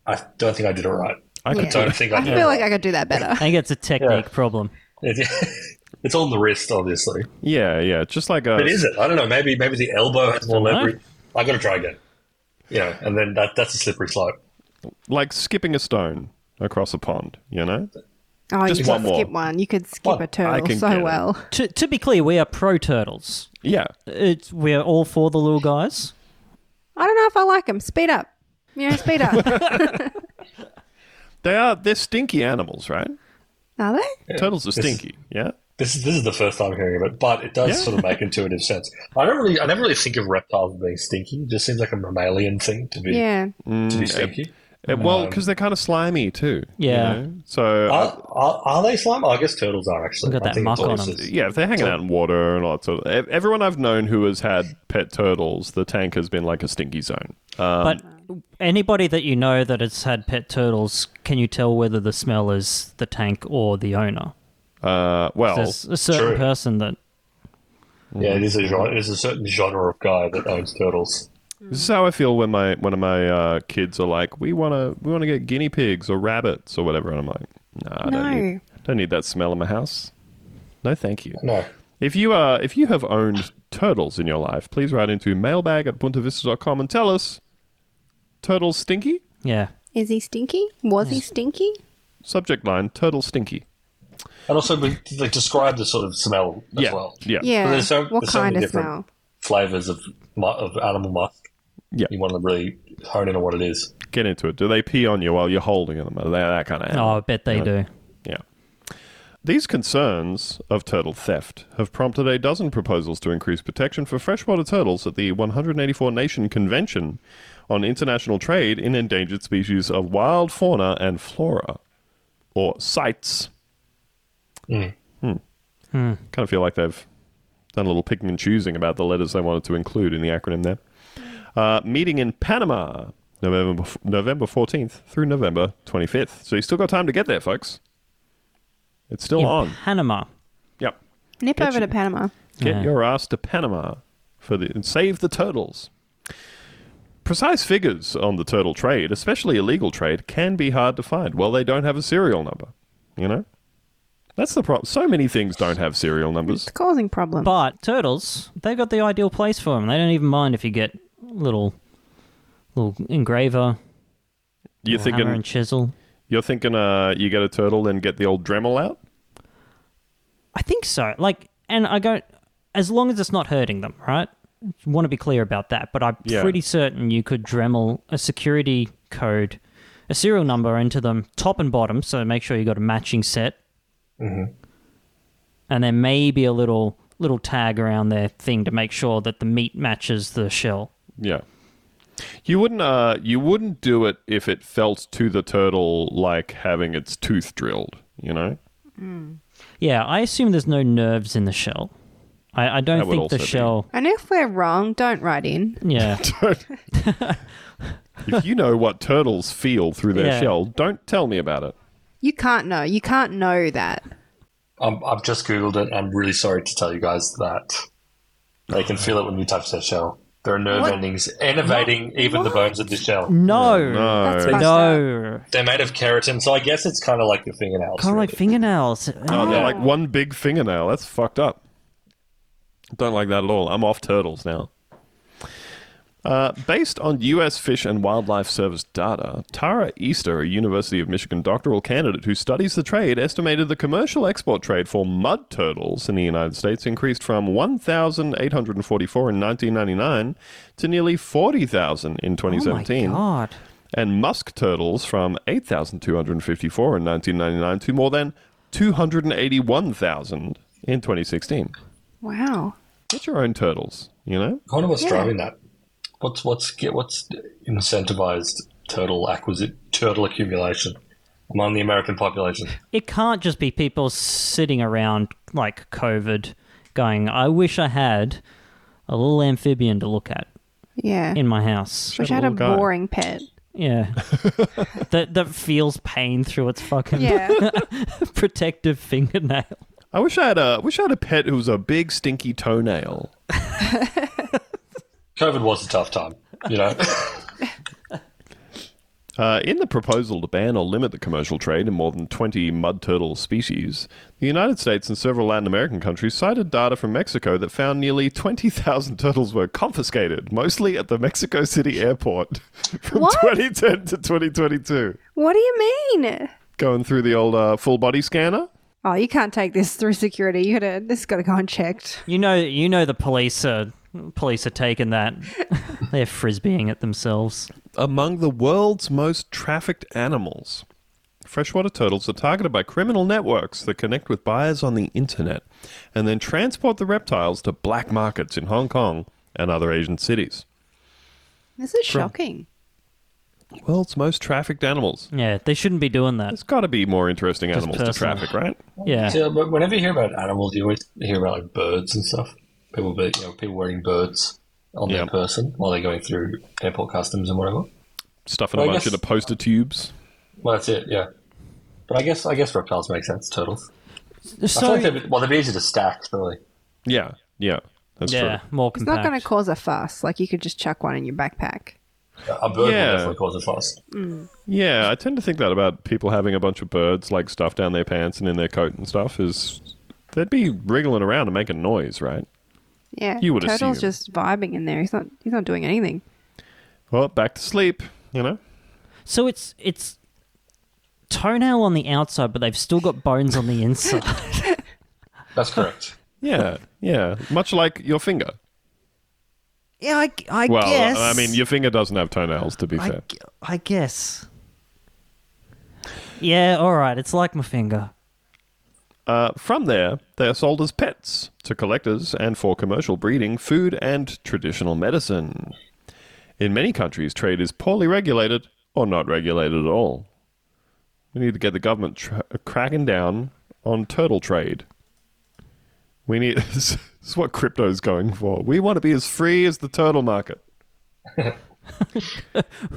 I don't think I did it right. I could Yeah. do- Don't think I I did feel it like right. I could do that better. [laughs] I think it's a technique problem. [laughs] it's on the wrist, obviously. yeah, yeah, just like a But is it? I don't know. Maybe maybe the elbow has more Dunno. leverage. I got to try again. You know, and then that that's a slippery slope. like skipping a stone across a pond, you know? Oh, Just you one could more. skip one. You could skip One. a I turtle can get so it. well. To, to be clear, we are pro turtles. Yeah. It's, we are all for the little guys. I don't know if I like them. Speed up. You know, speed up. [laughs] They are they're stinky animals, right? Are they? Turtles are Yes. stinky, yeah? This is this is the first time hearing of it, but it does Yeah. sort of [laughs] make intuitive sense. I don't really, I never really think of reptiles as being stinky. It just seems like a mammalian thing to be Mm, Yeah. to be stinky. It, well, because they're kind of slimy too. you Yeah. know? So I- Are, are, are they slime? Oh, I guess turtles are actually. Got I that think muck it's always on 'em. just- yeah, if they're hanging out in water and all that sort of, ev- everyone I've known who has had pet turtles, the tank has been like a stinky zone. Um, But anybody that you know that has had pet turtles, can you tell whether the smell is the tank or the owner? uh, well, There's a certain true. person that Yeah, there's a genre, there's a certain genre of guy that owns turtles. This is how I feel when my when my uh, kids are like, we want to we want to get guinea pigs or rabbits or whatever, and I'm like, nah, I No. don't need, don't need that smell in my house. No, thank you. No. If you are if you have owned turtles in your life, please write into mailbag at buntavista.com and tell us turtles stinky. yeah. Is he stinky? Was he stinky? Subject line: turtle stinky. And also, we, like, describe the sort of smell as yeah, well. yeah, Yeah. there's so- what there's so kind many of different- smell? Flavors of mu- of animal musk. Yeah. You want to really hone in on what it is. Get into it. Do they pee on you while you're holding them? Are they that kind of? animal? Oh, I bet they do. Yeah. These concerns of turtle theft have prompted a dozen proposals to increase protection for freshwater turtles at the 184 Nation Convention on International Trade in Endangered Species of Wild Fauna and Flora, or CITES. Mm. Hmm. Kind of feel like they've done a little picking and choosing about the letters they wanted to include in the acronym there. Uh, meeting in Panama, November November 14th through November 25th. So you still got time to get there, folks. It's still In on. Panama. Yep. Nip Get over you- to Panama. Get Yeah. your ass to Panama for the and save the turtles. Precise figures on the turtle trade, especially illegal trade, can be hard to find. Well, they don't have a serial number, you know? That's the problem. So many things don't have serial numbers. It's causing problems. But turtles, they've got the ideal place for them. They don't even mind if you get little little engraver, You're little hammer thinking and chisel. you're thinking uh, you get a turtle and get the old Dremel out? I think so. Like, and I go as long as it's not hurting them, right? want to be clear about that, but I'm Yeah. pretty certain you could Dremel a security code, a serial number into them, top and bottom, so make sure you got a matching set, and then maybe a little little tag around their thing to make sure that the meat matches the shell. Yeah. You wouldn't uh you wouldn't do it if it felt to the turtle like having its tooth drilled, you know? Yeah, I assume there's no nerves in the shell. I, I That don't would think the also be- shell. and if we're wrong, don't write in. [laughs] Yeah, if you know what turtles feel through their Yeah. shell, don't tell me about it. You can't know. You can't know that. I'm, I've just googled it. I'm really sorry to tell you guys that they can feel it when you touch their shell. There are nerve endings innervating even the bones of the shell. Mm. no, That's No. fucked up. no. They're made of keratin, so I guess it's kind of like your fingernails. Kind of like really. fingernails. Oh, they're like one big fingernail. That's fucked up. Don't like that at all. I'm off turtles now. Uh, based on U.S. Fish and Wildlife Service data, Tara Easter, a University of Michigan doctoral candidate who studies the trade, estimated the commercial export trade for mud turtles in the United States increased from 1,844 in 1999 to nearly 40,000 in Oh my 2017 god. and musk turtles from 8,254 in 1999 to more than 281,000 in 2016. Wow. Get your own turtles, you know? I wonder what's driving that. What's what's get what's incentivized turtle acquisit turtle accumulation among the American population? It can't just be people sitting around like COVID going, I wish I had a little amphibian to look at Yeah. in my house. Wish I had a little guy. boring pet. [laughs] Yeah. that that feels pain through its fucking Yeah. [laughs] protective fingernail. I wish I had a wish I had a pet who was a big stinky toenail. COVID was a tough time, [laughs] you know. Uh, in the proposal to ban or limit the commercial trade in more than 20 mud turtle species, the United States and several Latin American countries cited data from Mexico that found nearly 20,000 turtles were confiscated, mostly at the Mexico City airport [laughs] from What? 2010 to 2022. [laughs] what do you mean? Going through the old uh, full body scanner? Oh, you can't take this through security. You gotta. This has got to go unchecked. You know you know the police are police are taking that. They're frisbeeing it themselves. among the world's most trafficked animals. Freshwater turtles are targeted by criminal networks that connect with buyers on the internet and then transport the reptiles to black markets in Hong Kong and other Asian cities. This is shocking. World's most trafficked animals. Yeah, they shouldn't be doing that. There's got to be more interesting animals to personal. traffic, right? Yeah. Yeah, but whenever you hear about animals, you always hear about like birds and stuff. People, be, you know, people wearing birds on Yeah. their person while they're going through airport customs and whatever. Stuffing a Well, I bunch guess- of the poster tubes. Well, that's it. Yeah, but I guess I guess reptiles make sense. Turtles. I feel So like they'd be, well, they'd be easy to stack, really. Yeah, yeah, that's yeah, true. more It's compact. not going to cause a fuss. Like you could just chuck one in your backpack. A bird Yeah. will definitely cause a fuss. Yeah, I tend to think that about people having a bunch of birds like stuffed down their pants and in their coat and stuff. Is they'd be wriggling around and making noise, right? Yeah, You would Turtle's assume. just vibing in there. He's not. He's not doing anything. Well, back to sleep. You know. so it's it's toenail on the outside, but they've still got bones [laughs] on the inside. [laughs] That's correct. Yeah, yeah. Much like your finger. yeah, I, I Well, guess. I mean, your finger doesn't have toenails, to be I, fair. gu- I guess. Yeah, all right. It's like my finger. Uh, from there, they are sold as pets to collectors and for commercial breeding, food, and traditional medicine. In many countries, trade is poorly regulated or not regulated at all. We need to get the government tr cracking down on turtle trade. We need. [laughs] this is what crypto's going for. We want to be as free as the turtle market.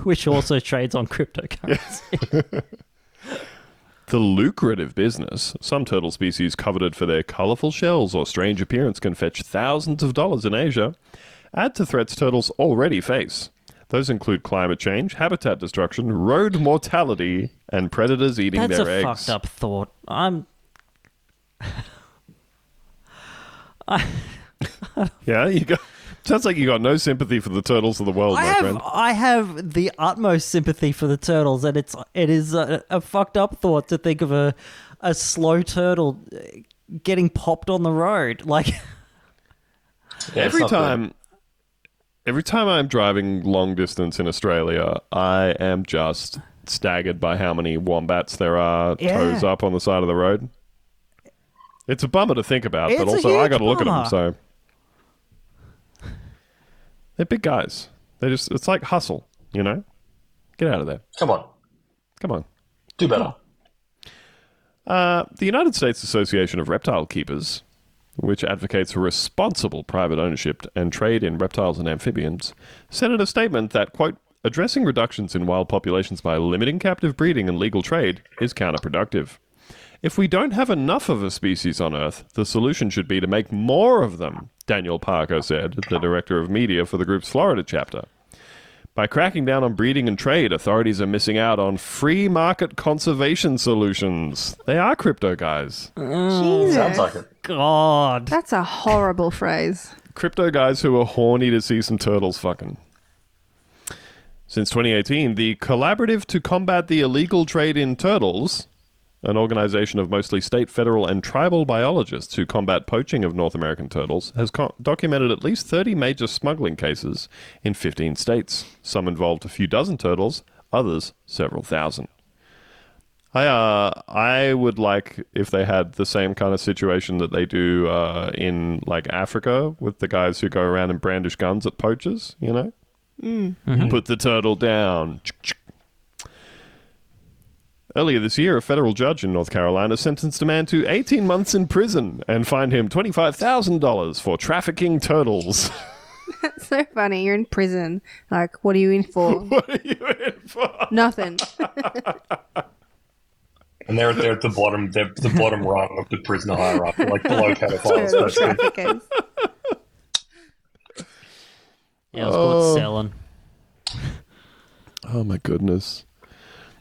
which also trades on cryptocurrency. The lucrative business. Some turtle species coveted for their colorful shells or strange appearance can fetch thousands of dollars in Asia. Add to threats turtles already face. Those include climate change, habitat destruction, road mortality, and predators eating That's their a eggs. fucked up thought. I'm Yeah, you got. Sounds like you got no sympathy for the turtles of the world, I my have friend. I have the utmost sympathy for the turtles, and it's it is a, a fucked up thought to think of a a slow turtle uh, getting popped on the road. [laughs] Like Yeah, it's every not good. time every time i'm driving long distance in australia i am just staggered by how many wombats there are Yeah. toes up on the side of the road it's a bummer to think about It's but a also i huge gotta look bummer. at them so they're big guys they just it's like hustle you know get out of there Come on, come on do better. uh, the United States Association of Reptile Keepers, which advocates responsible private ownership and trade in reptiles and amphibians, sent out a statement that, quote, addressing reductions in wild populations by limiting captive breeding and legal trade is counterproductive. If we don't have enough of a species on Earth, the solution should be to make more of them, Daniel Parker said, the director of media for the group's Florida chapter. By cracking down on breeding and trade, authorities are missing out on free market conservation solutions. They are crypto guys. Jesus, Sounds like it. God, that's a horrible phrase. [laughs] Crypto guys who are horny to see some turtles fucking. Since 2018, the Collaborative to Combat the Illegal Trade in Turtles, an organization of mostly state, federal, and tribal biologists who combat poaching of North American turtles, has co- documented at least 30 major smuggling cases in 15 states. Some involved a few dozen turtles, others several thousand. I uh, I would like if they had the same kind of situation that they do uh, in like Africa with the guys who go around and brandish guns at poachers. You know, put the turtle down. Earlier this year, a federal judge in North Carolina sentenced a man to 18 months in prison and fined him $25,000 for trafficking turtles. [laughs] That's so funny. You're in prison. Like, what are you in [laughs] for? what are you in for? [laughs] Nothing. And they're they're at the bottom, they're at the bottom rung of the prisoner hierarchy, like below [laughs] pedophiles. Turtle That's good. traffickers. yeah, it's called selling. Oh my goodness.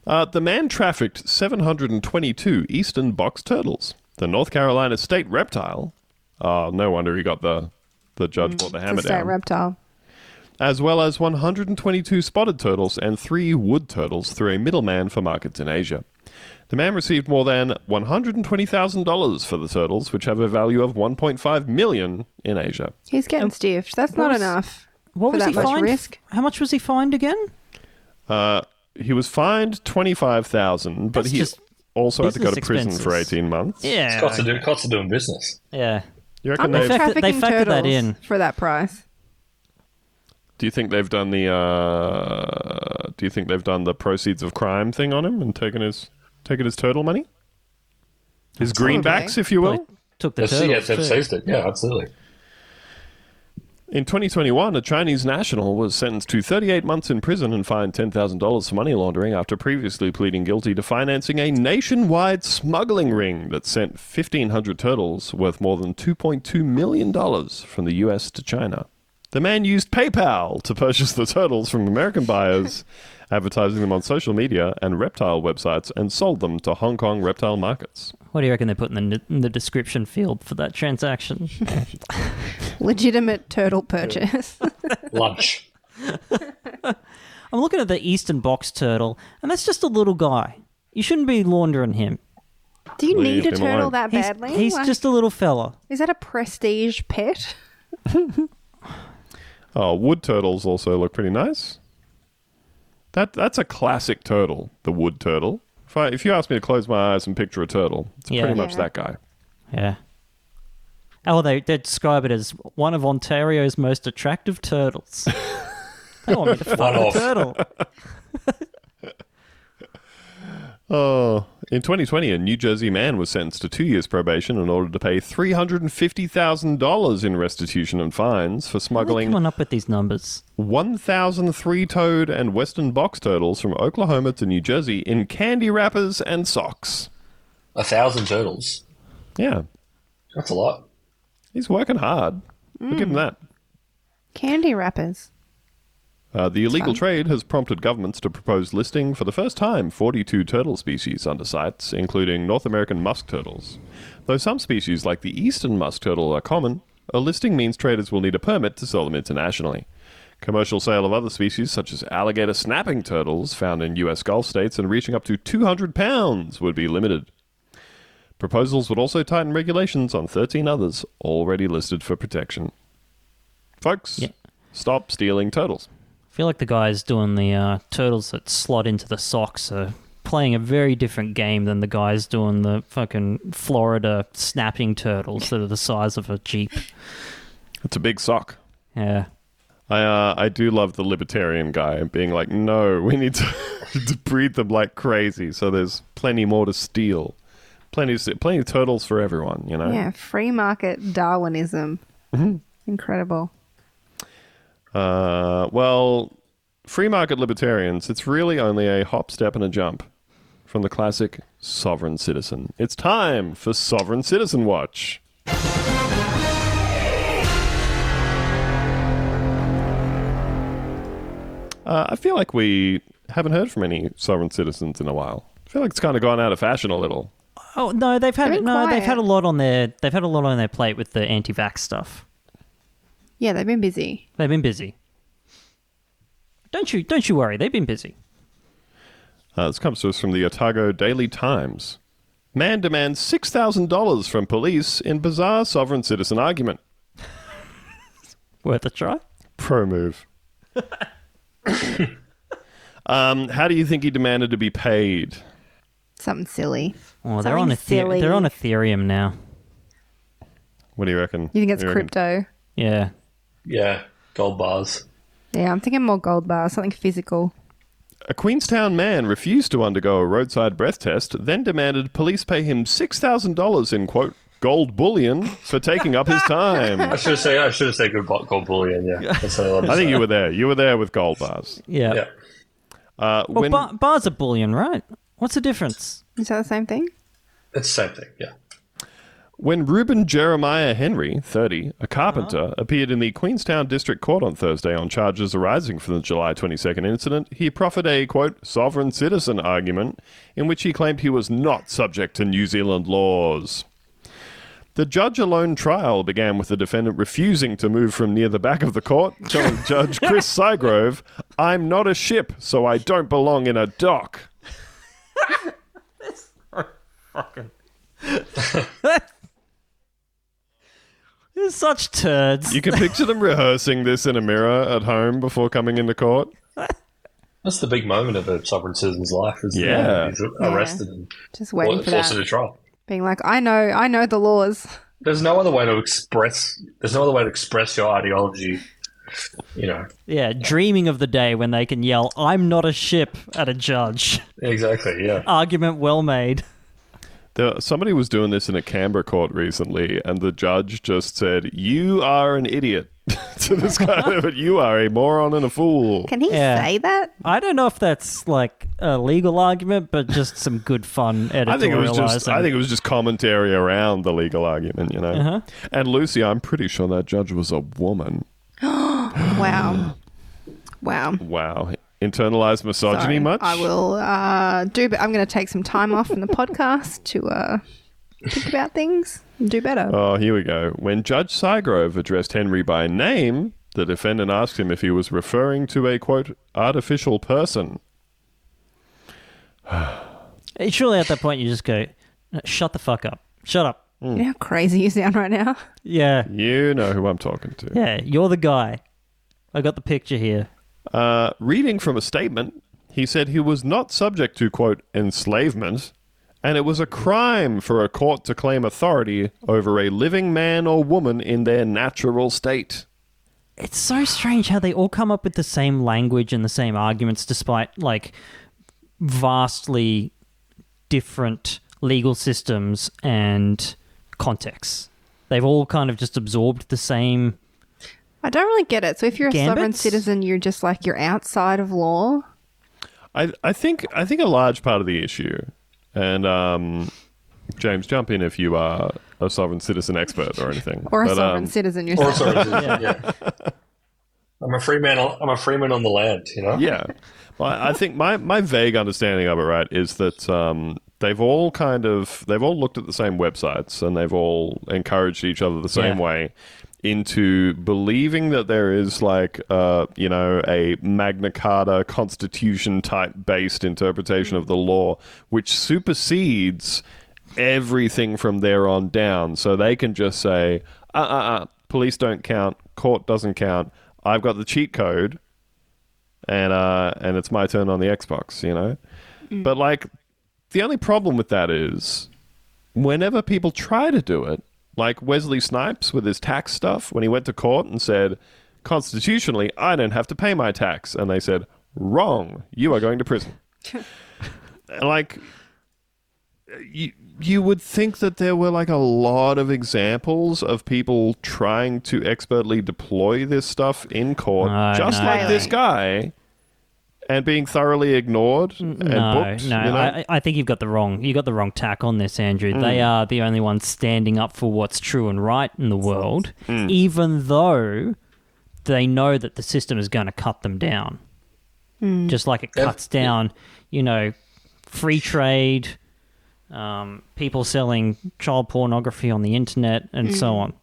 Uh, the man trafficked 722 eastern box turtles, the North Carolina state reptile. Oh, no wonder he got the the judge brought the It's hammer a state down. reptile. as well as 122 spotted turtles and three wood turtles through a middleman for markets in Asia. The man received more than $120,000 for the turtles, which have a value of 1.5 million in Asia. He's getting stiffed. That's not was- enough. What for was that he much fined? risk? How much was he fined again? Uh, he was fined 25,000, but That's he just also had to go to business prison for expenses. 18 months. Yeah, Costs of doing costs of doing business. yeah. You reckon I'm not they've, fact that they trafficking factored that turtles in. for that price. do you think they've done the uh, do you think they've done the proceeds of crime thing on him and taken his taken his turtle money? His greenbacks, if you will. Probably took the They've, se- yeah, turtles they've too. saved it. Yeah, absolutely. In 2021, a Chinese national was sentenced to 38 months in prison and fined $10,000 for money laundering after previously pleading guilty to financing a nationwide smuggling ring that sent 1,500 turtles worth more than $2.2 million from the US to China. The man used PayPal to purchase the turtles from American buyers, [laughs] advertising them on social media and reptile websites, and sold them to Hong Kong reptile markets. What do you reckon they put in the, in the description field for that [laughs] transaction? Legitimate turtle purchase. Lunch. I'm looking at the eastern box turtle, and that's just a little guy. You shouldn't be laundering him. [laughs] Do you Leave need a him turtle alone. that He's, badly? he's Like, just a little fella. Is that a prestige pet? Oh, wood turtles also look pretty nice. That that's a classic turtle, the wood turtle. If I, if you ask me to close my eyes and picture a turtle, it's Yeah. pretty much Yeah. that guy. Yeah. Oh, they, they describe it as one of Ontario's most attractive [laughs] turtles. they want me to fuck One a off. turtle. Oh, in 2020, a New Jersey man was sentenced to two years probation in order to pay three hundred and fifty thousand dollars in restitution and fines for smuggling Coming up with these numbers. 1,003 toad and western box turtles from Oklahoma to New Jersey in candy wrappers and socks. A thousand turtles. Yeah, That's a lot. he's working hard. We'll give him that. Candy wrappers. Uh, the illegal trade has prompted governments to propose listing for the first time 42 turtle species under sites, including North American musk turtles. Though some species, like the eastern musk turtle, are common, a listing means traders will need a permit to sell them internationally. Commercial sale of other species, such as alligator snapping turtles found in U.S. Gulf states and reaching up to 200 pounds, would be limited. Proposals would also tighten regulations on 13 others already listed for protection. Folks, Yeah. stop stealing turtles. I feel like the guys doing the uh, turtles that slot into the socks are playing a very different game than the guys doing the fucking Florida snapping turtles that are the size of a jeep. It's a big sock. Yeah. I uh, I do love the libertarian guy being like, no, we need to, [laughs] to breed them like crazy. So there's plenty more to steal, plenty plenty of turtles for everyone. You know. Yeah, free market Darwinism. Mm-hmm. Incredible. Uh, well, free market libertarians. It's really only a hop, step, and a jump from the classic sovereign citizen. It's time for sovereign citizen watch. Uh, I feel like we haven't heard from any sovereign citizens in a while. I feel like it's kind of gone out of fashion a little. Oh no, they've had Very no, they've had quiet. a lot on their they've had a lot on their plate with the anti-vax stuff. Yeah, they've been busy. They've been busy. Don't you don't you worry, they've been busy. Uh, this comes to us from the Otago Daily Times. Man demands $6,000 from police in bizarre sovereign citizen argument. Worth a try. Pro move. um, how do you think he demanded to be paid? Something silly. Oh, they're on Something Ethereum. They're on Ethereum now. What do you reckon? You think it's What do reckon? crypto? Yeah. Yeah, gold bars. Yeah, I'm thinking more gold bars, something physical. A Queenstown man refused to undergo a roadside breath test, then demanded police pay him $6,000 in, quote, gold bullion for taking up [laughs] his time. I should have said I should have said good bu- gold bullion. Yeah, That's what I, love I think you were there. You were there with gold bars. Yeah. Yeah, Uh, Well, when- ba- bars are bullion, right? What's the difference? Is that the same thing? it's the same thing. Yeah, When Reuben Jeremiah Henry, 30, a carpenter, appeared in the Queenstown District Court on Thursday on charges arising from the July 22nd incident, he proffered a, quote, sovereign citizen argument in which he claimed he was not subject to New Zealand laws. The judge alone trial began with the defendant refusing to move from near the back of the court, telling Judge Chris Sygrove, I'm not a ship, so I don't belong in a dock. They're such turds. You can picture them rehearsing this in a mirror at home before coming into court. that's the big moment of a sovereign citizen's life. Is Yeah. he's arrested and Just waiting for for that. forced into trial. Being like, I know, I know the laws. There's no other way to express. There's no other way to express your ideology you know, Yeah, dreaming of the day when they can yell, I'm not a ship at a judge. exactly. Yeah. Argument well made. There, somebody was doing this in a Canberra court recently, and the judge just said, "You are an idiot." [laughs] to this guy, but you are a moron and a fool. Can he Yeah. say that? I don't know if that's like a legal argument, but just some good fun editorializing. [laughs] I think it was just I think it was just commentary around the legal argument, you know. Uh-huh. And Lucy, I'm pretty sure that judge was a woman. Wow. Wow. Wow. Internalized misogyny Sorry. much? I will uh, do, but I'm going to take some time off from the podcast to uh, think about things and do better. Oh, here we go. When Judge Sygrove addressed Henry by name, the defendant asked him if he was referring to a quote artificial person. Surely at that point you just go, shut the fuck up. Shut up. You know how crazy you sound right now? Yeah. You know who I'm talking to. Yeah, you're the guy. I got the picture here. Uh, reading from a statement, he said he was not subject to, quote, enslavement, and it was a crime for a court to claim authority over a living man or woman in their natural state. It's so strange how they all come up with the same language and the same arguments despite like vastly different legal systems and contexts. They've all kind of just absorbed the same I don't really get it. So if you're a sovereign Gambits? citizen, you're just like, you're outside of law. I, I think I think a large part of the issue, and um, James, jump in if you are a sovereign citizen expert or anything. Or a But, um, sovereign citizen Or yourself. sorry, yeah. I'm a free man. I'm a freeman on the land. You [laughs] know. yeah. Well, I I think my, my vague understanding of it, right, is that um, they've all kind of they've all looked at the same websites and they've all encouraged each other the same Yeah. way into believing that there is like uh, you know a Magna Carta constitution type based interpretation of the law which supersedes everything from there on down so they can just say uh uh uh police don't count court doesn't count I've got the cheat code and uh, and it's my turn on the Xbox, you know. But like, the only problem with that is, whenever people try to do it, like Wesley Snipes with his tax stuff, when he went to court and said, constitutionally, I don't have to pay my tax, and they said, wrong, you are going to prison. And, like, you you would think that there were like a lot of examples of people trying to expertly deploy this stuff in court, No, just no. like this Really? guy, and being thoroughly ignored and no, booked. no. you know? I, I think you've got the wrong you got the wrong tack on this, Andrew. They Mm. are the only ones standing up for what's true and right in the world, Mm. even though they know that the system is going to cut them down. Just like it Yeah. cuts down, you know, free trade, um, people selling child pornography on the internet, and so on.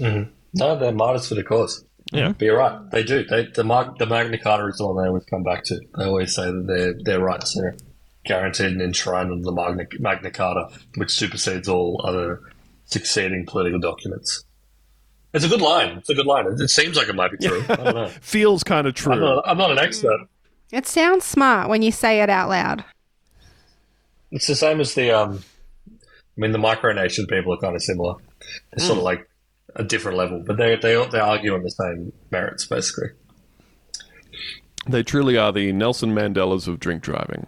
No, they're martyrs for the cause. Yeah. But you're right. They do. They, the, Mag- the Magna Carta is the one they always come back to. They always say that their their rights are guaranteed and enshrined under the Magna, Magna Carta, which supersedes all other succeeding political documents. It's a good line. It's a good line. It, it seems like it might be true. I don't know. Feels kind of I'm true. not, I'm not an expert. It sounds smart when you say it out loud. It's the same as the. Um, I mean, the micronation people are kind of similar. They're sort of like a different level, but they they they argue on the same merits basically. They truly are the Nelson Mandelas of [laughs] drink driving.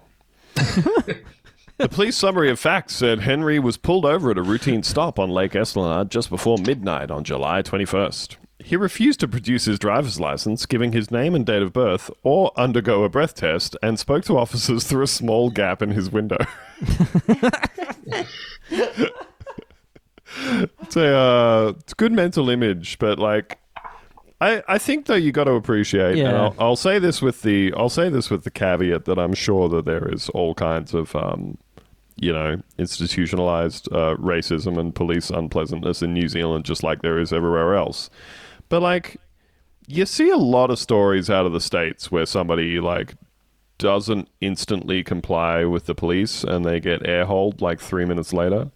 the police summary of facts said Henry was pulled over at a routine stop on Lake Esplanade just before midnight on July 21st. He refused to produce his driver's license, giving his name and date of birth, or undergo a breath test, and spoke to officers through a small gap in his window. [laughs] it's a uh, it's a good mental image, but like I, I think though you got to appreciate, and Yeah. I'll, I'll say this with the I'll say this with the caveat that I'm sure that there is all kinds of um, you know institutionalized uh, racism and police unpleasantness in New Zealand, just like there is everywhere else. But like, you see a lot of stories out of the states where somebody like doesn't instantly comply with the police and they get airholed like three minutes later.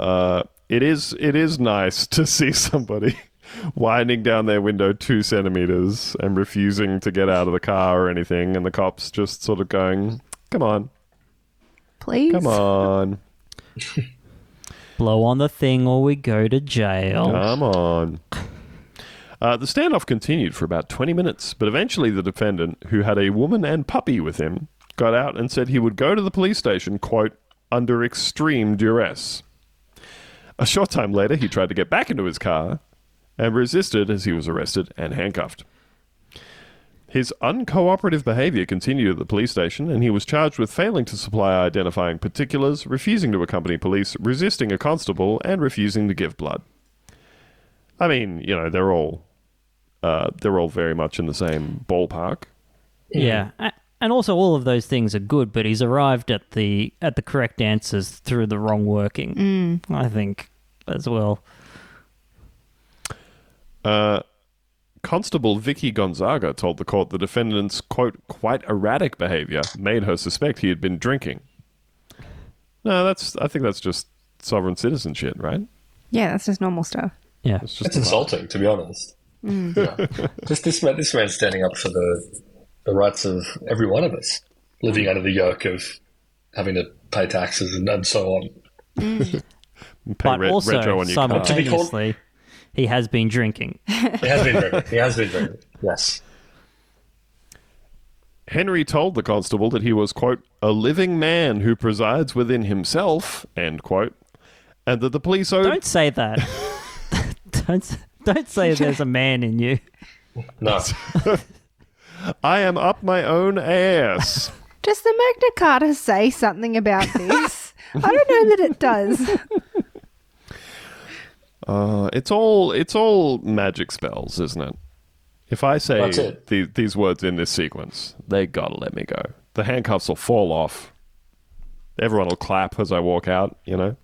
Uh, it is it is nice [laughs] to see somebody [laughs] winding down their window two centimeters and refusing to get out of the car or anything, and the cops just sort of going, "Come on, Please. come on, Blow on the thing, or we go to jail. come on." Uh, the standoff continued for about 20 minutes, but eventually the defendant, who had a woman and puppy with him, got out and said he would go to the police station, quote, under extreme duress. A short time later, he tried to get back into his car and resisted as he was arrested and handcuffed. His uncooperative behavior continued at the police station, and he was charged with failing to supply identifying particulars, refusing to accompany police, resisting a constable, and refusing to give blood. I mean, you know, they're all uh, they're all very much in the same ballpark. Yeah. A And also, all of those things are good, but he's arrived at the at the correct answers through the wrong working. I think as well. Constable Vicky Gonzaga told the court the defendant's quote quite erratic behavior made her suspect he had been drinking. No, that's I think that's just sovereign citizen shit, right? Yeah, that's just normal stuff. Yeah. It's It's just insulting, to be honest. Mm. Yeah. Just this man, this man's standing up for the the rights of every one of us, living under the yoke of having to pay taxes and, and so on. pay but re- also rego on your car. To be called- simultaneously, he has been drinking. He has been very. He has been very. Yes. Henry told the constable that he was, quote, a living man who presides within himself, end quote, and that the police owed Don't say that. [laughs] don't s- don't say there's a man in you. No. I am up my own [laughs] ass. Does the Magna Carta say something about [laughs] this? I don't know that it does. Uh, it's all it's all magic spells, isn't it? If I say That's it. the, these words in this sequence, they gotta let me go. The handcuffs will fall off. Everyone will clap as I walk out. You know.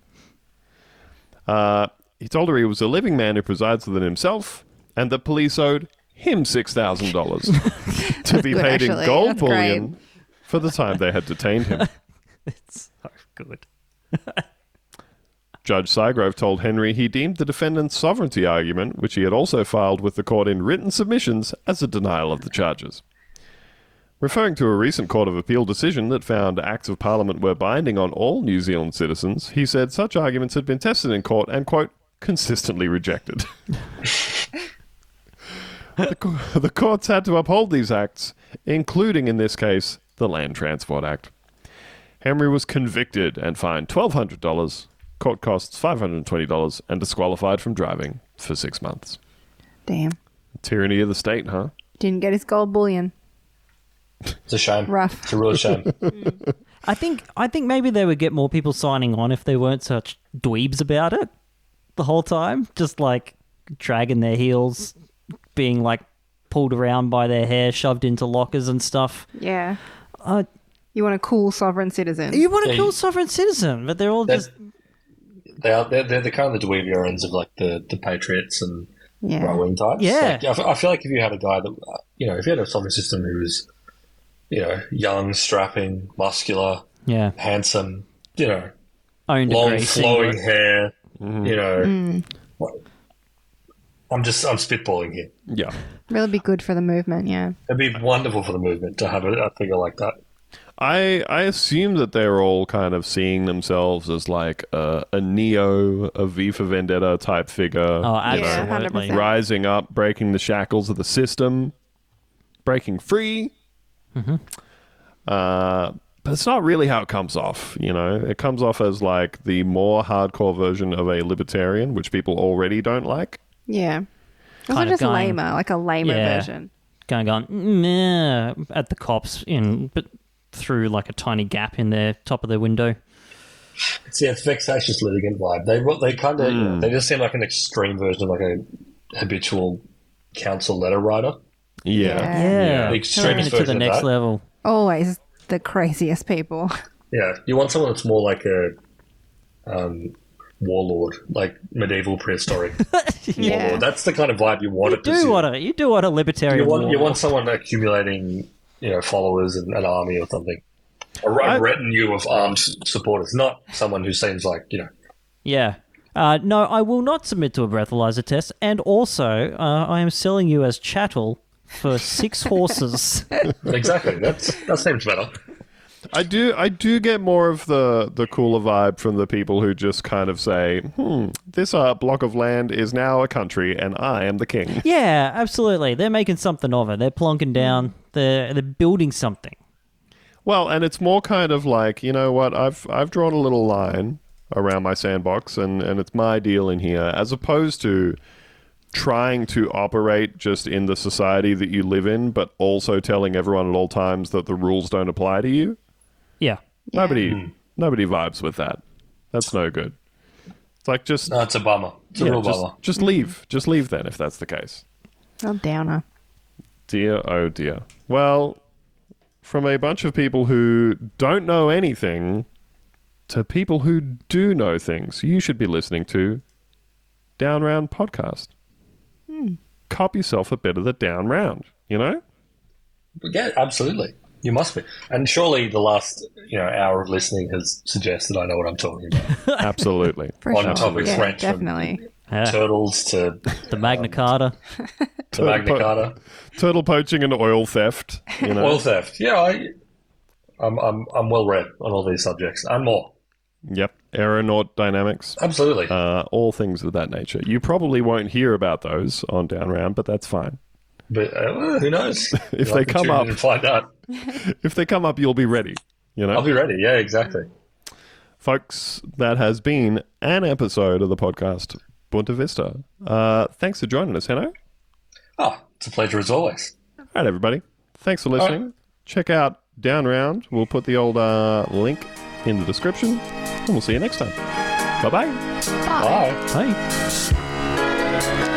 Uh, he told her he was a living man who presides within himself, and the police owed him six thousand dollars [laughs] to be good, paid in actually. gold That's bullion great. for the time they had detained him. [laughs] So good. Judge Sygrove told Henry he deemed the defendant's sovereignty argument, which he had also filed with the court in written submissions, as a denial of the charges. Referring to a recent Court of Appeal decision that found Acts of Parliament were binding on all New Zealand citizens, he said such arguments had been tested in court and, quote, consistently rejected. the, co- the courts had to uphold these acts, including, in this case, the Land Transport Act. Henry was convicted and fined $1,200, court costs $520, and disqualified from driving for six months. [laughs] Damn. Tyranny of the state, huh? Didn't get his gold bullion. It's a shame. Rough. It's [laughs] a real shame. I think I think maybe they would get more people signing on if they weren't such dweebs about it the whole time, just like dragging their heels, being like pulled around by their hair, shoved into lockers and stuff. Yeah. Uh, You want a cool sovereign citizen. you want to Yeah, kill you- sovereign citizen, but they're all That's- just They are. They're, they're the kind of the dweeby errands of like the, the patriots and yeah. right wing types. Yeah. Like, I f- I feel like if you had a guy that uh, you know, if you had a sovereign system who was, you know, young, strapping, muscular, yeah handsome, you know, owned a long great flowing singlet. hair. Mm-hmm. You know, What- I'm just I'm spitballing here. Yeah. Really be good for the movement. Yeah. It'd be wonderful for the movement to have a, a figure like that. I I assume that they're all kind of seeing themselves as like a, a Neo, a V for Vendetta type figure, Oh, Yeah, absolutely. 100%. right. [laughs] rising up, breaking the shackles of the system, breaking free. Uh, but it's not really how it comes off, you know. It comes off as like the more hardcore version of a libertarian, which people already don't like. Yeah. Also Kind of just going- lamer, like a lamer Yeah. version. Kind of going mm, yeah, at the cops in but through like a tiny gap in their top of their window. It's yeah, it's vexatious litigant vibe. They what they kind of Mm. they just seem like an extreme version of like a habitual council letter writer. Yeah. Yeah. Yeah, The extremist to the version of next that. [laughs] level. Always the craziest people. Yeah, you want someone that's more like a um, warlord, like medieval prehistoric [laughs] warlord. That's the kind of vibe you want. You it to [laughs] do seem. want a you do want a libertarian. You want you war. want someone accumulating, you know, followers and an army or something, a, re- I- retinue of armed s- supporters, not someone who seems like you know. Yeah. Uh, no, I will not submit to a breathalyzer test, and also uh, I am selling you as chattel for six horses. Exactly. That's that seems better. I do I do get more of the the cooler vibe from the people who just kind of say, "Hmm, this uh, block of land is now a country, and I am the king." Yeah, absolutely. They're making something of it. They're plonking down. They're they're building something. Well, and it's more kind of like, you know what, I've I've drawn a little line around my sandbox and, and it's my deal in here, as opposed to trying to operate just in the society that you live in, but also telling everyone at all times that the rules don't apply to you. Yeah. Nobody Hmm. nobody vibes with that. That's no good. It's like just, No, it's a bummer. It's a yeah, real just, bummer. just leave. Just leave then if that's the case. Oh, downer. Dear, oh dear. Well, from a bunch of people who don't know anything to people who do know things, you should be listening to Down Round Podcast. Cop yourself a bit of the Down Round, you know? Yeah, absolutely. You must be. And surely the last you know hour of listening has suggested I know what I'm talking [laughs] about. Absolutely. For On sure. topics yeah, ranged from- definitely. Yeah. Turtles to, The Magna Carta. to Magna Carta. Turtle poaching and oil theft, you know? [laughs] Oil theft. Yeah, I, I'm, I'm, I'm well read on all these subjects and more. yep. Aeronaut dynamics. Absolutely. Uh, all things of that nature. You probably won't hear about those on Down Round, but that's fine. but uh, who [laughs] knows? If You'll they have to come tune up- in and find out. If they come up, you'll be ready. You know, I'll be ready. Yeah, exactly. Folks, that has been an episode of the podcast Bunta Vista. Uh, thanks for joining us, Hanno. Oh, it's a pleasure as always. All right, everybody. Thanks for listening. Check out Down Round. We'll put the old uh, link in the description, and we'll see you next time. Bye bye. Bye. Hey. Bye.